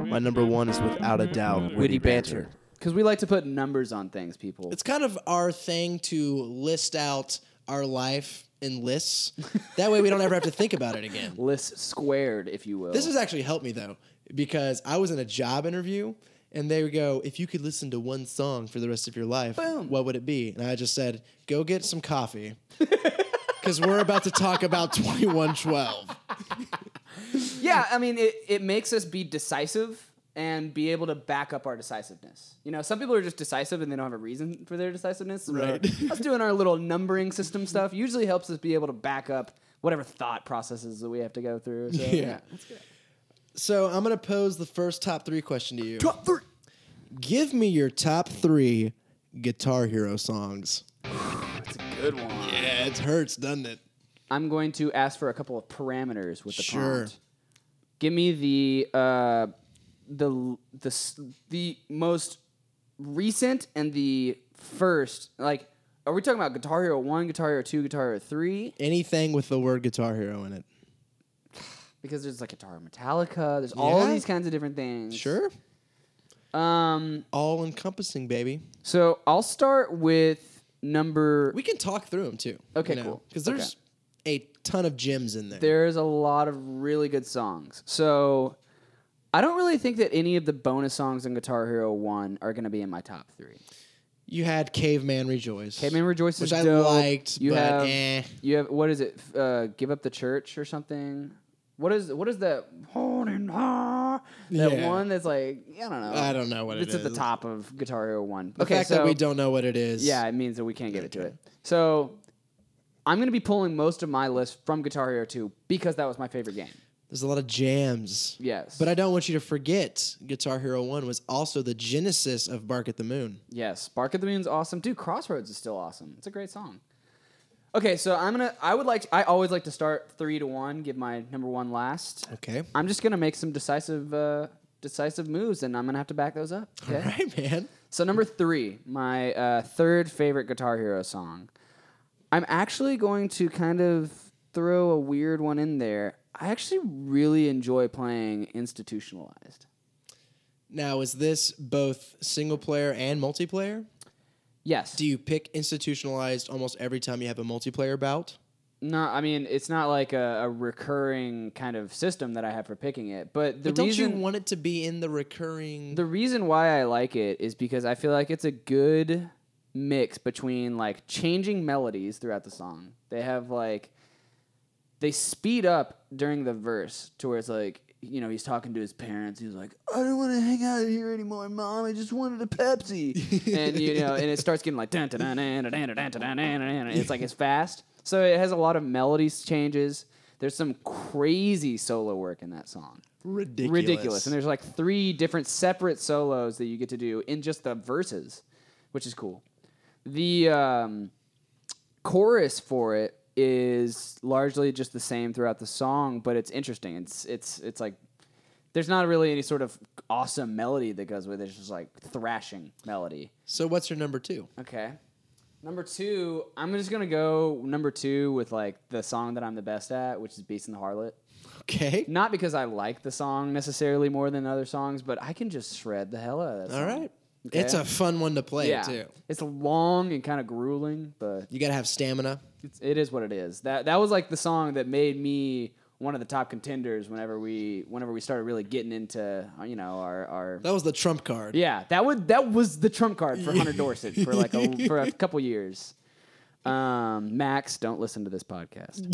My number one is without a doubt Witty Banter. Because we like to put numbers on things, people. It's kind of our thing to list out our life in lists. That way we don't ever have to think about it again. list squared, if you will. This has actually helped me though, because I was in a job interview and they would go, if you could listen to one song for the rest of your life, what would it be? And I just said, go get some coffee. Because we're about to talk about 2112. yeah. I mean, it, it makes us be decisive and be able to back up our decisiveness. You know, some people are just decisive and they don't have a reason for their decisiveness. So Right. us doing our little numbering system stuff usually helps us be able to back up whatever thought processes that we have to go through. So, yeah. So I'm going to pose the first top three question to you. Top three. Give me your top three Guitar Hero songs. Good one. Yeah, it hurts, doesn't it? I'm going to ask for a couple of parameters with the Sure. prompt. Give me the uh, the the s- the most recent and the first like Are we talking about Guitar Hero One, Guitar Hero Two, Guitar Hero Three? Anything with the word Guitar Hero in it. Because there's like Guitar Hero Metallica. There's all Yeah. these kinds of different things. Sure. Um. All encompassing, baby. So I'll start with number. We can talk through them too. Okay, cool. Because there's a ton of gems in there. There's a lot of really good songs. So I don't really think that any of the bonus songs in Guitar Hero One are going to be in my top three. You had Caveman Rejoice. Caveman Rejoice is Which I dope. liked, You but have eh. you have what is it? F- Uh, Give up the church or something? What is what is that? That Yeah. one that's like I don't know. I don't know what it it's at the is. top of Guitar Hero One. The okay, fact so that we don't know what it is. yeah, it means that we can't give it to it. So I'm gonna be pulling most of my list from Guitar Hero Two because that was my favorite game. There's a lot of jams. Yes, But I don't want you to forget Guitar Hero 1 was also the genesis of Bark at the Moon. Yes, Bark at the Moon's awesome. Dude, Crossroads is still awesome. It's a great song. Okay, so I'm gonna. I would like. I always like to start three to one. Give my number one last. Okay. I'm just gonna make some decisive, uh, decisive moves, and I'm gonna have to back those up. Okay. All right, man. So number three, my uh, third favorite Guitar Hero song. I'm actually going to kind of throw a weird one in there. I actually really enjoy playing Institutionalized. Now, is this both single player and multiplayer? Yes. Do you pick institutionalized almost every time you have a multiplayer bout? No, I mean it's not like a, a recurring kind of system that I have for picking it. But the But don't reason you want it to be in the recurring? the reason why I like it is because I feel like it's a good mix between like changing melodies throughout the song. They have like they speed up during the verse to where it's like you know he's talking to his parents he's like i don't want to hang out here anymore mom i just wanted a pepsi and you know and it starts getting like dun, dun, dun, dun, dun, dun, dun, dun, dun, dun, dun. it's like it's fast so it has a lot of melodies changes there's some crazy solo work in that song ridiculous. ridiculous. And there's like three different separate solos that you get to do in just the verses, which is cool. The um, chorus for it is largely just the same throughout the song, but it's interesting. It's it's it's like there's not really any sort of awesome melody that goes with it. It's just like thrashing melody. so what's your number two? Okay. Number two, I'm just gonna go number two with like the song that I'm the best at, which is "Beast and the Harlot." Okay. Not because I like the song necessarily more than other songs, but I can just shred the hell out of that All song. right. Okay. It's a fun one to play Yeah. too. It's long and kind of grueling, but You gotta have stamina. it's, it is what it is. That that was like the song that made me one of the top contenders whenever we whenever we started really getting into uh, you know our our That was the trump card. yeah, that would that was the trump card for Hunter Dorset for like a, for a couple years. Um, Max, don't listen to this podcast.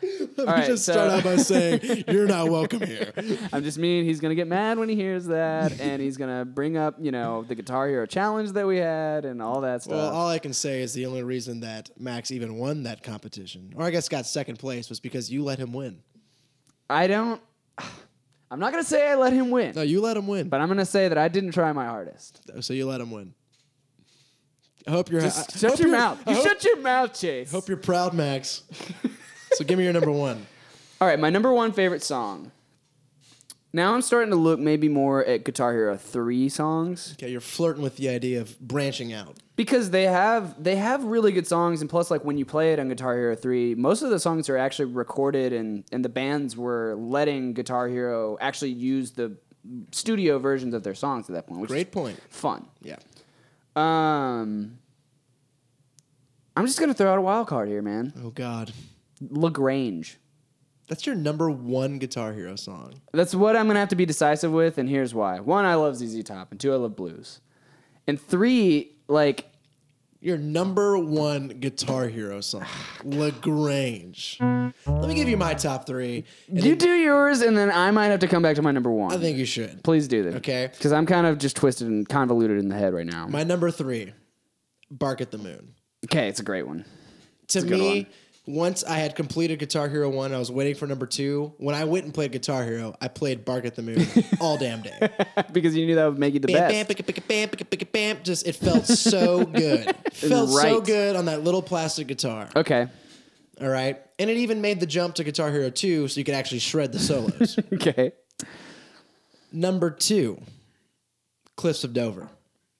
Let me All right, just so- start out by saying you're not welcome here. I'm just mean he's gonna get mad when he hears that, and he's gonna bring up you know the Guitar Hero challenge that we had and all that stuff. Well, all I can say is the only reason that Max even won that competition, or I guess got second place, was because you let him win. I don't. I'm not gonna say I let him win, No, you let him win. but I'm gonna say that I didn't try my hardest. So you let him win. I hope you're. Just I- I shut hope your you're- mouth. I You hope, shut your mouth, Chase. hope you're proud, Max. so give me your number one. All right, my number one favorite song. Now I'm starting to look maybe more at Guitar Hero three songs. Okay, you're flirting with the idea of branching out. because they have they have really good songs and plus like when you play it on guitar hero 3 most of the songs are actually recorded and and the bands were letting guitar hero actually use the studio versions of their songs at that point which Great is point. fun Yeah. um i'm just gonna throw out a wild card here man Oh God, lagrange that's your number one Guitar Hero song. That's what I'm gonna have to be decisive with, and here's why. One, I love ZZ Top, and two, I love blues, and three, like Your number one Guitar Hero song, Lagrange. Let me give you my top three. and you do yours, and then I might have to come back to my number one. I think you should. Please do this. Okay. Because I'm kind of just twisted and convoluted in the head right now. My number three, Bark at the Moon. okay, it's a great one. to a good me, once I had completed Guitar Hero 1, I was waiting for number 2. When I went and played Guitar Hero, I played Bark at the Moon all damn day. Bam, because you knew that would make you the best. bam, picka, picka, bam, picka, picka, bam. Just, it felt so good. felt so right. good on that little plastic guitar. Okay. All right. And it even made the jump to Guitar Hero 2 so you could actually shred the solos. Okay. Number 2, Cliffs of Dover.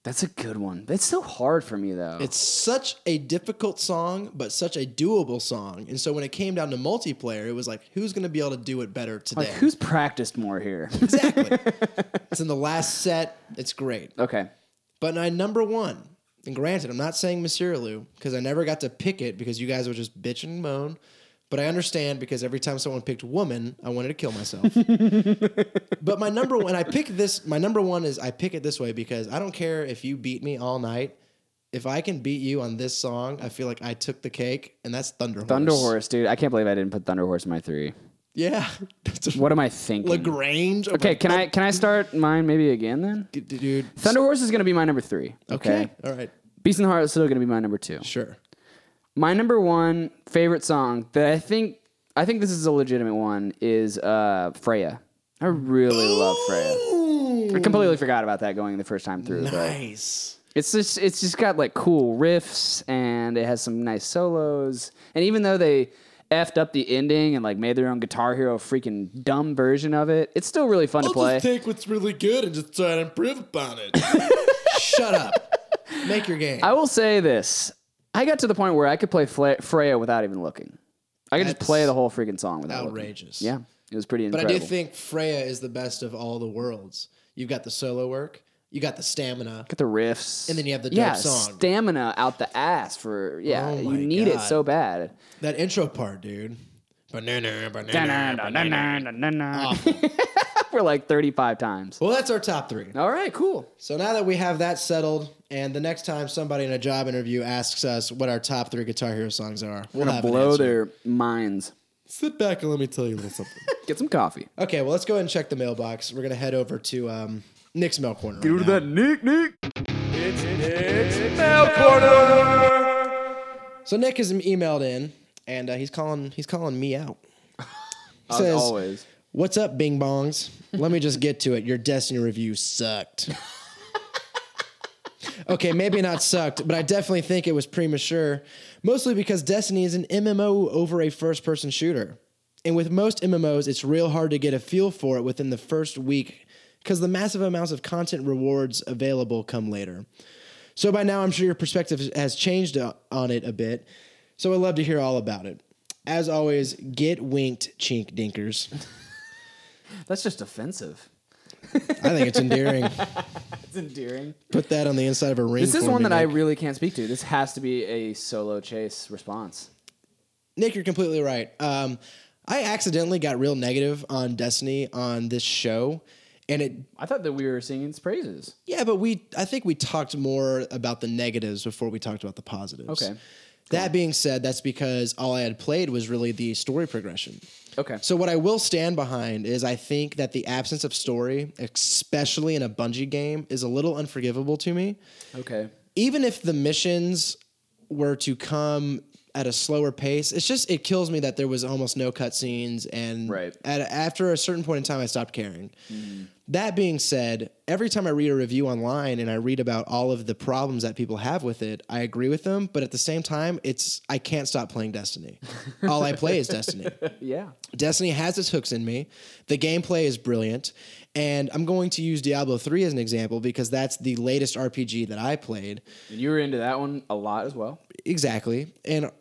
That's a good one. That's so hard for me though. It's such a difficult song, but such a doable song. And so when it came down to multiplayer, it was like, who's going to be able to do it better today? like who's practiced more here? exactly? it's in the last set. It's great. okay. But my number one, and granted, I'm not saying Monsieur Lou because I never got to pick it because you guys were just bitching and moan. But I understand because every time someone picked woman, I wanted to kill myself. but my number one, I pick this. My number one is I pick it this way because I don't care if you beat me all night. If I can beat you on this song, I feel like I took the cake, and that's Thunder Horse. Thunder Horse, dude. I can't believe I didn't put Thunder Horse in my three. Yeah. That's a What am I thinking? Lagrange. okay, can I can I start mine maybe again then? Dude. Thunder Horse is gonna be my number three. Okay. Okay. All right. Beast and Heart is still gonna be my number two. Sure. My number one favorite song that I think I think this is a legitimate one is uh, Freya. I really love Freya. I completely forgot about that going the first time through, but Nice. It's just it's just got like cool riffs and it has some nice solos. And even though they effed up the ending and like made their own Guitar Hero freaking dumb version of it, it's still really fun to play. take what's really good and just try to improve upon it. Shut up. Make your game. I will say this: I got to the point where I could play Fle- Freya without even looking. I could just That's play the whole freaking song without looking. outrageous. Yeah, it was pretty But incredible. I do think Freya is the best of all the worlds. You've got the solo work, you got the stamina. Got the riffs, And then you have the dope yeah song. stamina out the ass for yeah. Oh my you need it God. so bad. That intro part, dude. Banana, banana, banana. We're like thirty-five times. Well, that's our top three. All right, cool. So now that we have that settled, and the next time somebody in a job interview asks us what our top three Guitar Hero songs are, we'll We're gonna have an blow answer. their minds. Sit back and let me tell you a little something. Get some coffee. okay, well, let's go ahead and check the mailbox. We're gonna head over to um, Nick's mail corner. right now. Nick Nick. So Nick has emailed in, and uh, he's calling he's calling me out. He As always. "What's up, Bing Bongs? Let me just get to it. Your Destiny review sucked." okay, maybe not sucked, but I definitely think it was premature, mostly because Destiny is an MMO over a first-person shooter, and with most MMOs, it's real hard to get a feel for it within the first week. Because the massive amounts of content rewards available come later. So by now, I'm sure your perspective has changed o- on it a bit. So I'd love to hear all about it. As always, get winked, chink dinkers. That's just offensive. I think it's endearing. It's endearing. Put that on the inside of a ring. This is for one me, that I Nick. really can't speak to. This has to be a solo chase response. Nick, you're completely right. Um, I accidentally got real negative on Destiny on this show, and it. I thought that we were singing its praises. Yeah, but we. I think we talked more about the negatives before we talked about the positives. Okay. That being said, that's because all I had played was really the story progression. Okay. So what I will stand behind is I think that the absence of story, especially in a Bungie game, is a little unforgivable to me. Okay. Even if the missions were to come at a slower pace, it's just it kills me that there was almost no cutscenes and Right. at, after a certain point in time I stopped caring. That being said, every time I read a review online and I read about all of the problems that people have with it, I agree with them, but at the same time, it's I can't stop playing Destiny. all I play is Destiny. Yeah. Destiny has its hooks in me. The gameplay is brilliant. And I'm going to use Diablo 3 as an example because that's the latest RPG that I played. And you were into that one a lot as well. Exactly. And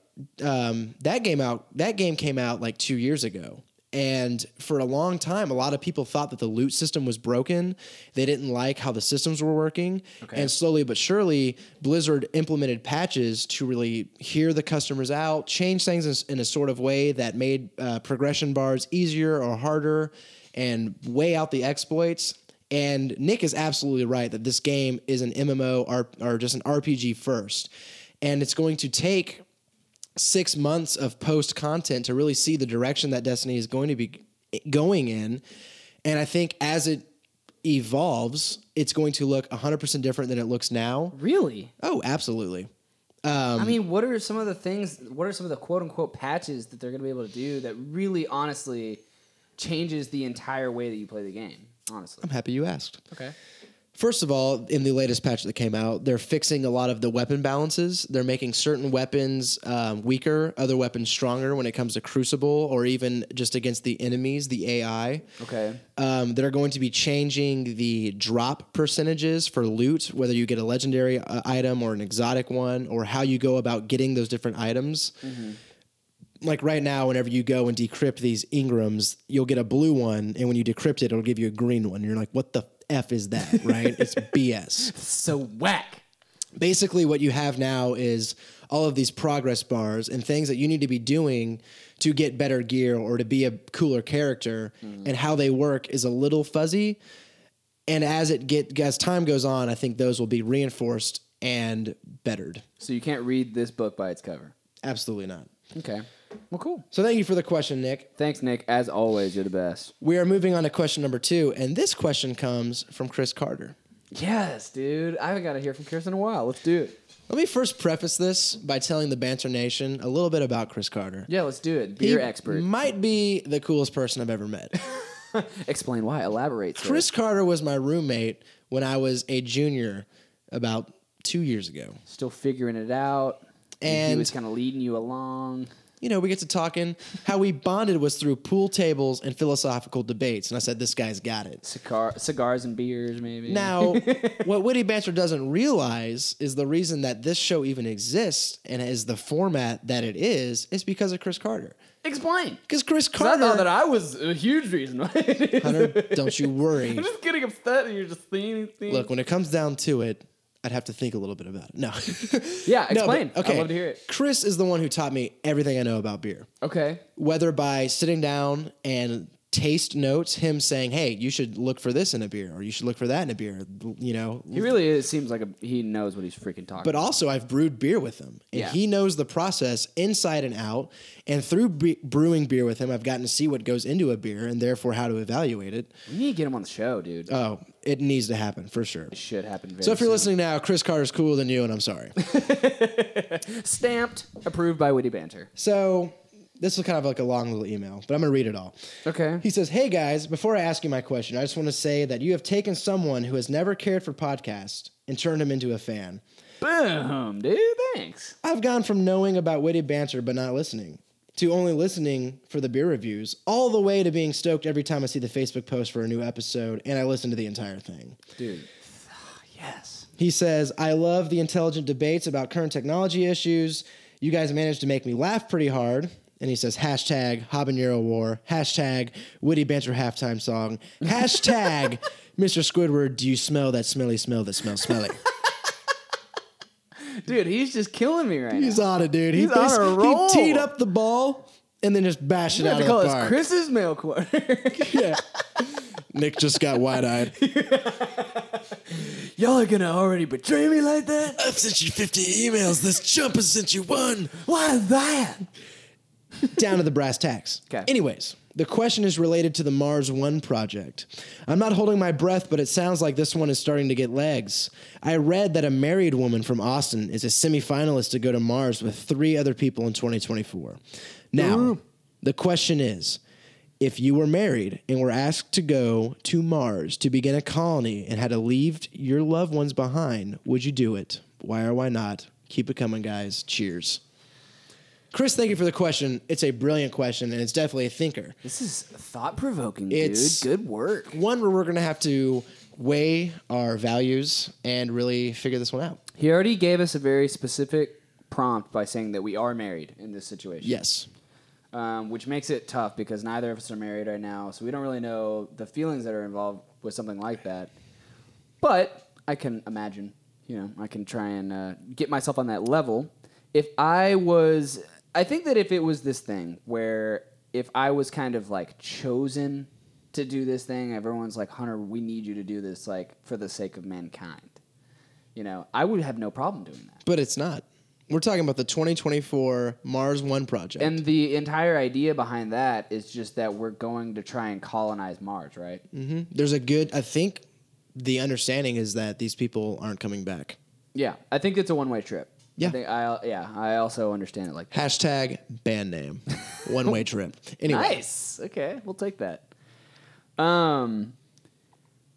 um, that game out that game came out like 2 years ago. And for a long time, a lot of people thought that the loot system was broken. They didn't like how the systems were working. And slowly but surely, Blizzard implemented patches to really hear the customers out, change things in, in a sort of way that made uh, progression bars easier or harder, and weigh out the exploits. And Nick is absolutely right that this game is an MMO or, or just an RPG first. And it's going to take six months of post content to really see the direction that Destiny is going to be going in. And I think as it evolves, it's going to look 100% different than it looks now. Really? Oh, absolutely. I mean, what are some of the things? What are some of the quote unquote patches that they're going to be able to do that really, honestly, changes the entire way that you play the game? Honestly. I'm happy you asked. Okay. First of all, in the latest patch that came out, they're fixing a lot of the weapon balances. They're making certain weapons um, weaker, other weapons stronger when it comes to Crucible or even just against the enemies, the AI. Okay. Um, that are going to be changing the drop percentages for loot, whether you get a legendary uh, item or an exotic one, or how you go about getting those different items like right now, whenever you go and decrypt these Ingrams, you'll get a blue one, and when you decrypt it, it'll give you a green one. You're like, what the f is that? Right? it's BS. So whack. Basically, what you have now is all of these progress bars and things that you need to be doing to get better gear or to be a cooler character, and how they work is a little fuzzy. And as it get as time goes on, I think those will be reinforced and bettered. So you can't read this book by its cover. Absolutely not. Okay. Well, cool. So thank you for the question, Nick. Thanks, Nick. As always, you're the best. We are moving on to question number two, and this question comes from Chris Carter. Yes, dude. I haven't got to hear from Kirsten in a while. Let's do it. Let me first preface this by telling the Banter Nation a little bit about Chris Carter. Yeah, let's do it. He Beer expert. Might be the coolest person I've ever met. Explain why. Elaborate. sir. Chris Carter was my roommate when I was a junior about two years ago. Still figuring it out. he And- was kind of leading you along. You know, we get to talking. How we bonded was through pool tables and philosophical debates. And I said, this guy's got it. Cigar, cigars and beers, maybe. Now, what Witty Banter doesn't realize is the reason that this show even exists and is the format that it is, is because of Chris Carter. explain. Because Chris 'Cause I Carter. thought that I was a huge reason. why it is. Hunter, don't you worry. I'm just getting upset, and you're just thinking. thinking. Look, when it comes down to it, I'd have to think a little bit about it. No. Yeah, No, but- explain. I'd love to hear it. Chris is the one who taught me everything I know about beer, okay, whether by sitting down and taste notes, him saying, hey, you should look for this in a beer or you should look for that in a beer, you know, he really is, seems like a, he knows what he's freaking talking. but about. also I've brewed beer with him, and Yeah. he knows the process inside and out. And through bre- brewing beer with him, I've gotten to see what goes into a beer, and therefore how to evaluate it. we need to get him on the show, dude. Oh, it needs to happen for sure. Shit happened. Very So if you're soon. listening now, Chris Carter's cooler than you, and I'm sorry. stamped, approved by Witty Banter. so this was kind of like a long little email, but I'm gonna read it all. Okay. He says, Hey guys, before I ask you my question, I just want to say that you have taken someone who has never cared for podcasts and turned him into a fan. Boom, dude. Thanks. I've gone from knowing about witty banter but not listening to only listening for the beer reviews, all the way to being stoked every time I see the Facebook post for a new episode and I listen to the entire thing. Dude. Yes. He says, I love the intelligent debates about current technology issues. You guys managed to make me laugh pretty hard. And he says, hashtag habanero war, hashtag witty banter halftime song, hashtag Mr. Squidward, do you smell that smelly smell that smells smelly? Dude, he's just killing me right He's now. on it, dude. He, He's on bas- a roll. he teed up the ball and then just bashed it We have out to of the call this park. Chris's mail quarter. yeah. Nick just got wide eyed. Y'all are gonna already betray me like that? I've sent you 50 emails. This chump has sent you one. Why that? Down to the brass tacks. 'Kay. Anyways, the question is related to the Mars One project. I'm not holding my breath, but it sounds like this one is starting to get legs. I read that a married woman from Austin is a semifinalist to go to Mars with three other people in 2024. Now, the question is if you were married and were asked to go to Mars to begin a colony and had to leave your loved ones behind, would you do it? Why or why not? Keep it coming, guys. Cheers. Chris, thank you for the question. It's a brilliant question, and it's definitely a thinker. This is thought provoking, dude. It's- Good work. One where we're going to have to weigh our values and really figure this one out. He already gave us a very specific prompt by saying that we are married in this situation. Yes. Um, which makes it tough because neither of us are married right now, so we don't really know the feelings that are involved with something like that. But I can imagine, you know, I can try and uh, get myself on that level. If I was, I think that if it was this thing where if I was kind of like chosen to do this thing, everyone's like, Hunter, we need you to do this, like for the sake of mankind, you know, I would have no problem doing that. But it's not. We're talking about the 2024 Mars One project. And the entire idea behind that is just that we're going to try and colonize Mars, right? Mhm. There's a good, I think the understanding is that these people aren't coming back. Yeah, I think it's a one way trip. Yeah. I think I, yeah, I also understand it like that. Hashtag band name. One way trip. Anyway. Nice. Okay, we'll take that. Um,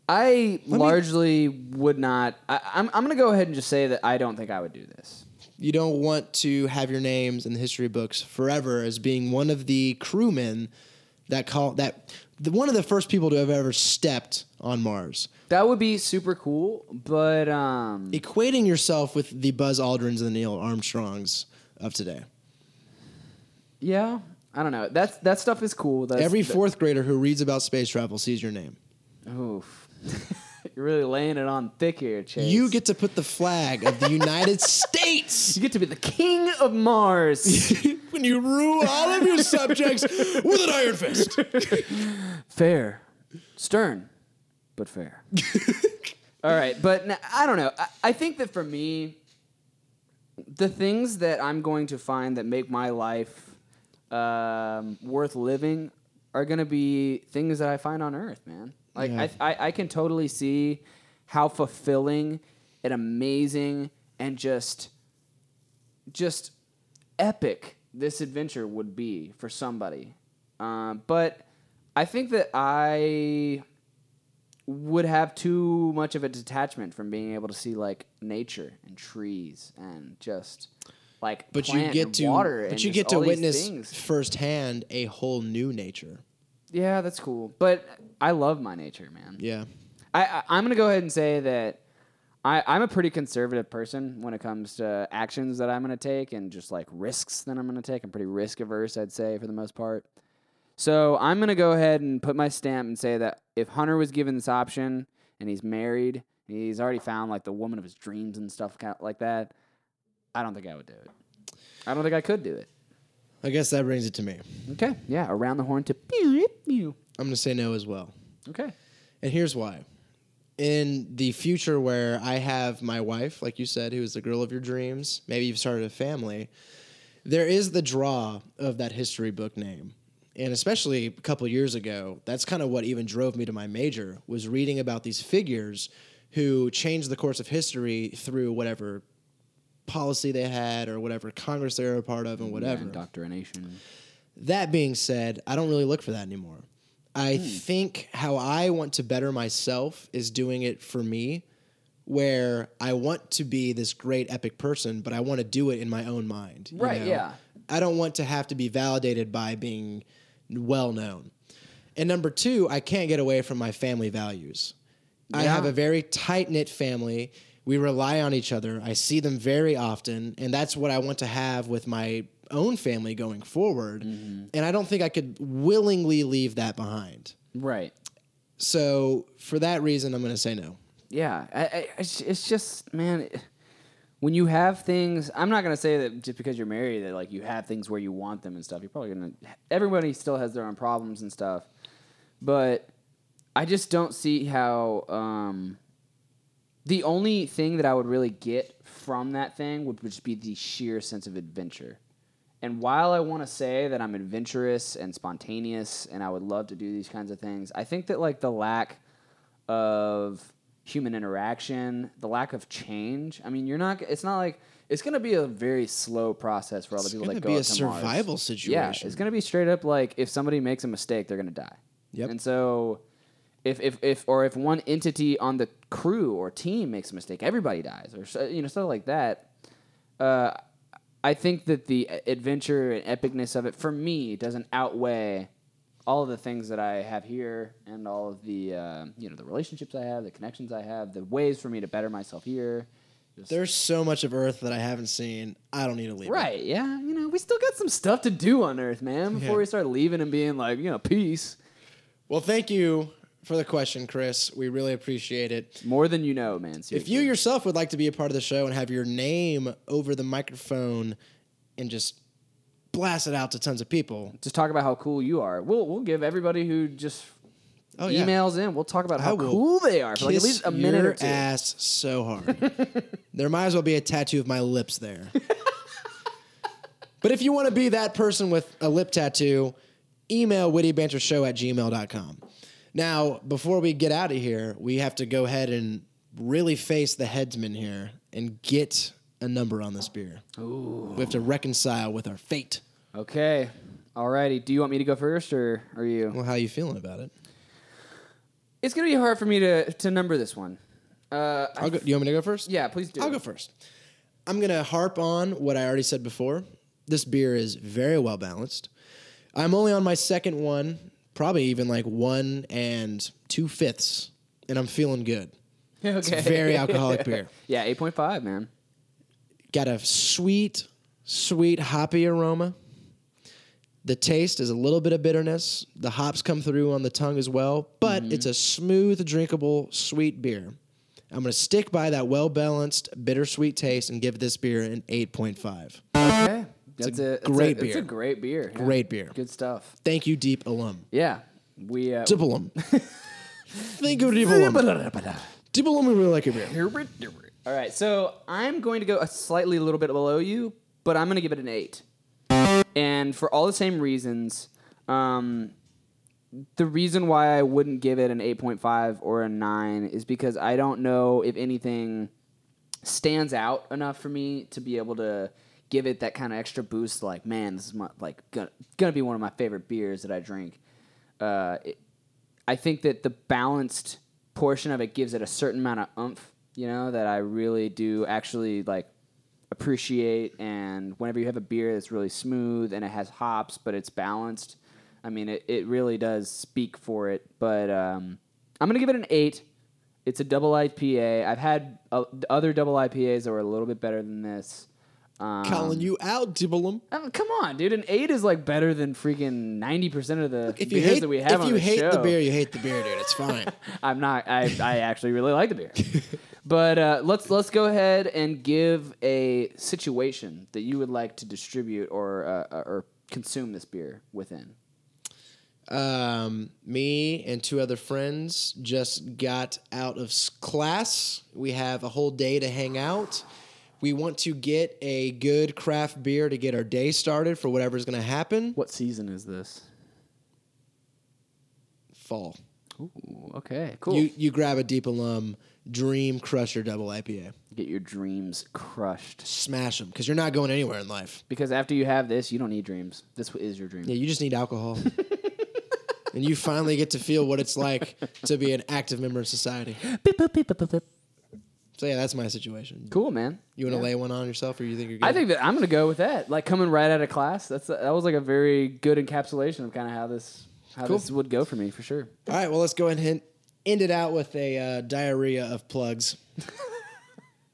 I largely would not. I, I'm, I'm going to go ahead and just say that I don't think I would do this. You don't want to have your names in the history books forever as being one of the crewmen that call that the, one of the first people to have ever stepped on Mars. That would be super cool, but um, Equating yourself with the Buzz Aldrins and the Neil Armstrongs of today. yeah, I don't know. That's that stuff is cool. That's, Every that- fourth grader who reads about space travel sees your name. Oof. You're really laying it on thick here, Chase. You get to put the flag of the United States you get to be the king of Mars. when you rule all of your subjects with an iron fist. fair, stern, but fair. All right, but n- I don't know. I, I think that for me, the things that I'm going to find that make my life um, worth living are going to be things that I find on Earth, man. Like Yeah. I, I, I can totally see how fulfilling and amazing and just just epic this adventure would be for somebody. Um, but I think that I would have too much of a detachment from being able to see like nature and trees and just like But you plant get and to water and but you just get to all these witness things. firsthand a whole new nature. Yeah, that's cool. But I love my nature, man. Yeah. I, I I'm gonna go ahead and say that I, I'm a pretty conservative person when it comes to actions that I'm gonna take and just like risks that I'm gonna take. I'm pretty risk averse, I'd say, for the most part. So I'm gonna go ahead and put my stamp and say that if Hunter was given this option and he's married, and he's already found like the woman of his dreams and stuff kind of like that. I don't think I would do it. I don't think I could do it. I guess that brings it to me. Okay, yeah, around the horn to pew pew. I'm going to say no as well. Okay. And here's why. In the future, where I have my wife, like you said, who is the girl of your dreams, maybe you've started a family, there is the draw of that history book name. And especially a couple years ago, that's kind of what even drove me to my major was reading about these figures who changed the course of history through whatever policy they had or whatever Congress they were a part of and whatever. Indoctrination. That being said, I don't really look for that anymore. I Hmm. think how I want to better myself is doing it for me, where I want to be this great epic person, but I want to do it in my own mind. you Right, yeah. I don't want to have to be validated by being well known. And number two, I can't get away from my family values. I Yeah. have a very tight knit family. We rely on each other. I see them very often. And that's what I want to have with my own family going forward. Mm-hmm. And I don't think I could willingly leave that behind. Right. So, for that reason, I'm going to say no. yeah I, I, it's, it's just man it- when you have things i'm not going to say that just because you're married that like you have things where you want them and stuff you're probably going to everybody still has their own problems and stuff but i just don't see how um, the only thing that i would really get from that thing would just be the sheer sense of adventure and while i want to say that i'm adventurous and spontaneous and i would love to do these kinds of things i think that like the lack of human interaction, the lack of change. I mean, you're not. It's not like it's going to be a very slow process for all the It's people gonna that go be out a to Mars. survival Yeah, situation. it's going to be straight up like if somebody makes a mistake, they're going to die. Yep. And so, if if if or if one entity on the crew or team makes a mistake, everybody dies, or so- you know stuff like that. Uh, I think that the adventure and epicness of it for me doesn't outweigh all of the things that I have here and all of the uh, you know the relationships I have, the connections I have, the ways for me to better myself here. Just- There's so much of Earth that I haven't seen. I don't need to leave. it. right? Yeah, you know we still got some stuff to do on Earth, man. Before Yeah. we start leaving and being like you know peace, Well, thank you for the question, Chris. We really appreciate it. more than you know, man. If you yourself would like to be a part of the show and have your name over the microphone and just blast it out to tons of people, just talk about how cool you are. We'll we'll give everybody who just oh emails in. We'll talk about I how will cool they are for like at kiss least a minute your or two. ass so hard. there might as well be a tattoo of my lips there. but if you want to be that person with a lip tattoo, email wittybantershow at gmail.com. Now, before we get out of here, we have to go ahead and really face the headsman here and get a number on this beer. We have to reconcile with our fate. Okay. Alrighty. Do you want me to go first or are you? Well, how you feeling about it? It's gonna be hard for me to to number this one. Uh, I- I'll go, do you want me to go first? yeah, please do. I'll go first. I'm going to harp on what I already said before. This beer is very well balanced. I'm only on my second one, probably even like one and two fifths, and I'm feeling good. okay. It's a very alcoholic beer. Yeah, eight point five, man. Got a sweet, sweet hoppy aroma. The taste is a little bit of bitterness. The hops come through on the tongue as well, but it's a smooth, drinkable, sweet beer. I'm going to stick by that well balanced, bittersweet taste and give this beer an 8.5. Okay, that's a a, it's a- great It's a beer. great beer. yeah. Great beer. Good stuff. Thank you, Deep Alum. Yeah, we. Uh, Dipalum. Thank you, Deep Alum. Deep Alum, we really like your beer. all right, so I'm going to go a slightly little bit below you, but I'm going to give it an eight, and for all the same reasons. Um, the reason why I wouldn't give it an 8.5 or a 9 is because I don't know if anything stands out enough for me to be able to give it that kind of extra boost like man this is my like gonna, gonna be one of my favorite beers that I drink. Uh, it, I think that the balanced portion of it gives it a certain amount of oomph, you know, that I really do actually like appreciate and whenever you have a beer that's really smooth and it has hops but it's balanced i mean it, it really does speak for it but um, i'm gonna give it an eight it's a double ipa i've had uh, other double ipas that were a little bit better than this um, Calling you out, Deep Alum. I mean, Um, come on dude an eight is like better than freaking 90% of the If you beers hate, that we have if on you the hate show the beer, you hate the beer, dude. It's fine. I'm not. I, I actually really like the beer. But uh, let's let's go ahead and give a situation that you would like to distribute or uh, or consume this beer within. um, me and two other friends just got out of s- class. We have a whole day to hang out. We want to get a good craft beer to get our day started for whatever's going to happen. What season is this? Fall. Ooh, okay, cool. You you grab a deep alum dream crusher double IPA. Get your dreams crushed Smash them because you're not going anywhere in life. because after you have this, you don't need dreams. This is your dream. Yeah, you just need alcohol. and you finally get to feel what it's like to be an active member of society. So yeah, that's my situation. Cool, man. You want to Yeah. lay one on yourself, or you think you're? Good? I think that I'm gonna go with that. Like coming right out of class. That's that was like a very good encapsulation of kind of how this how Cool. this would go for me for sure. All right, well, let's go ahead and hint, end it out with a uh, diarrhea of plugs.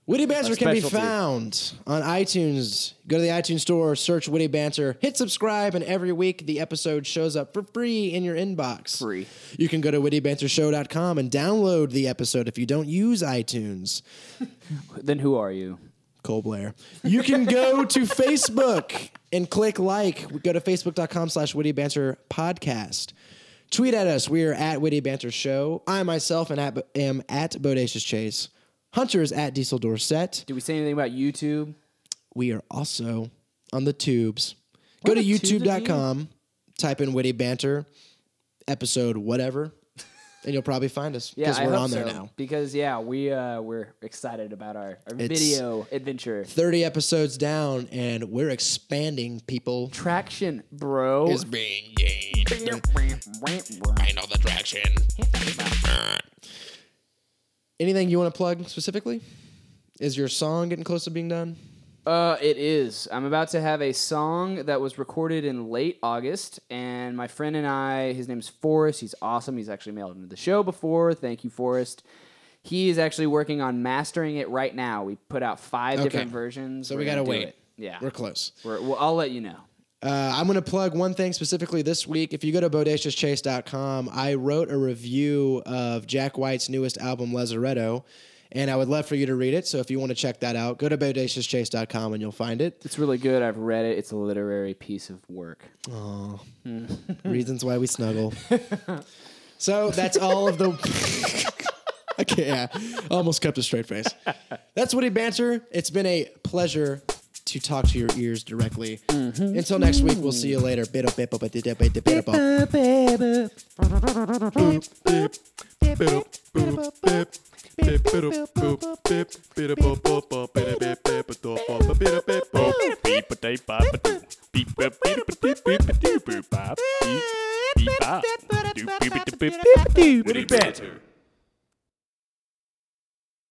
Witty Banter can be specialty. found on iTunes. Go to the iTunes store, search Witty Banter, hit subscribe, and every week the episode shows up for free in your inbox. Free. You can go to wittybantershow.com and download the episode if you don't use iTunes. Then who are you? Cole Blair. You can go to Facebook and click like. Go to facebook.com slash witty banter podcast. Tweet at us. We are at witty banter show. I myself am at, am at bodacious chase. Hunter is at diesel dorset. Did we say anything about YouTube? We are also on the tubes. Go to the tubes again? youtube.com, type in witty banter, episode whatever, and you'll probably find us Yeah, because I we're hope on there so. now. Because yeah, we uh, we're excited about our, our It's- video adventure 30 episodes down, and we're expanding people. traction, bro. Is being gained. I know the direction. Anything you want to plug specifically? Is your song getting close to being done? Uh, it is. I'm about to have a song that was recorded in late August, and my friend and I, his name's Forrest. He's awesome. He's actually mailed into the show before. Thank you, Forrest. He is actually working on mastering it right now. We put out five different versions. So we We're gotta gonna do wait. it. Yeah, We're close. We're- well, I'll let you know. Uh, I'm going to plug one thing specifically this week. If you go to bodaciouschase.com, I wrote a review of Jack White's newest album, Lazaretto, and I would love for you to read it. So if you want to check that out, go to bodaciouschase.com and you'll find it. It's really good. I've read it. It's a literary piece of work. Reasons why we snuggle. so that's all of the. okay, yeah. Almost kept a straight face. That's Woody Banter. It's been a pleasure to talk to your ears directly. Until next week, we'll see you later. Biddle, biddle, biddle, biddle, biddle, biddle. Beep, beep, beep, beep, beep, beep, beep, beep, beep, beep, beep, beep, beep, beep, beep, beep. Witty Banter.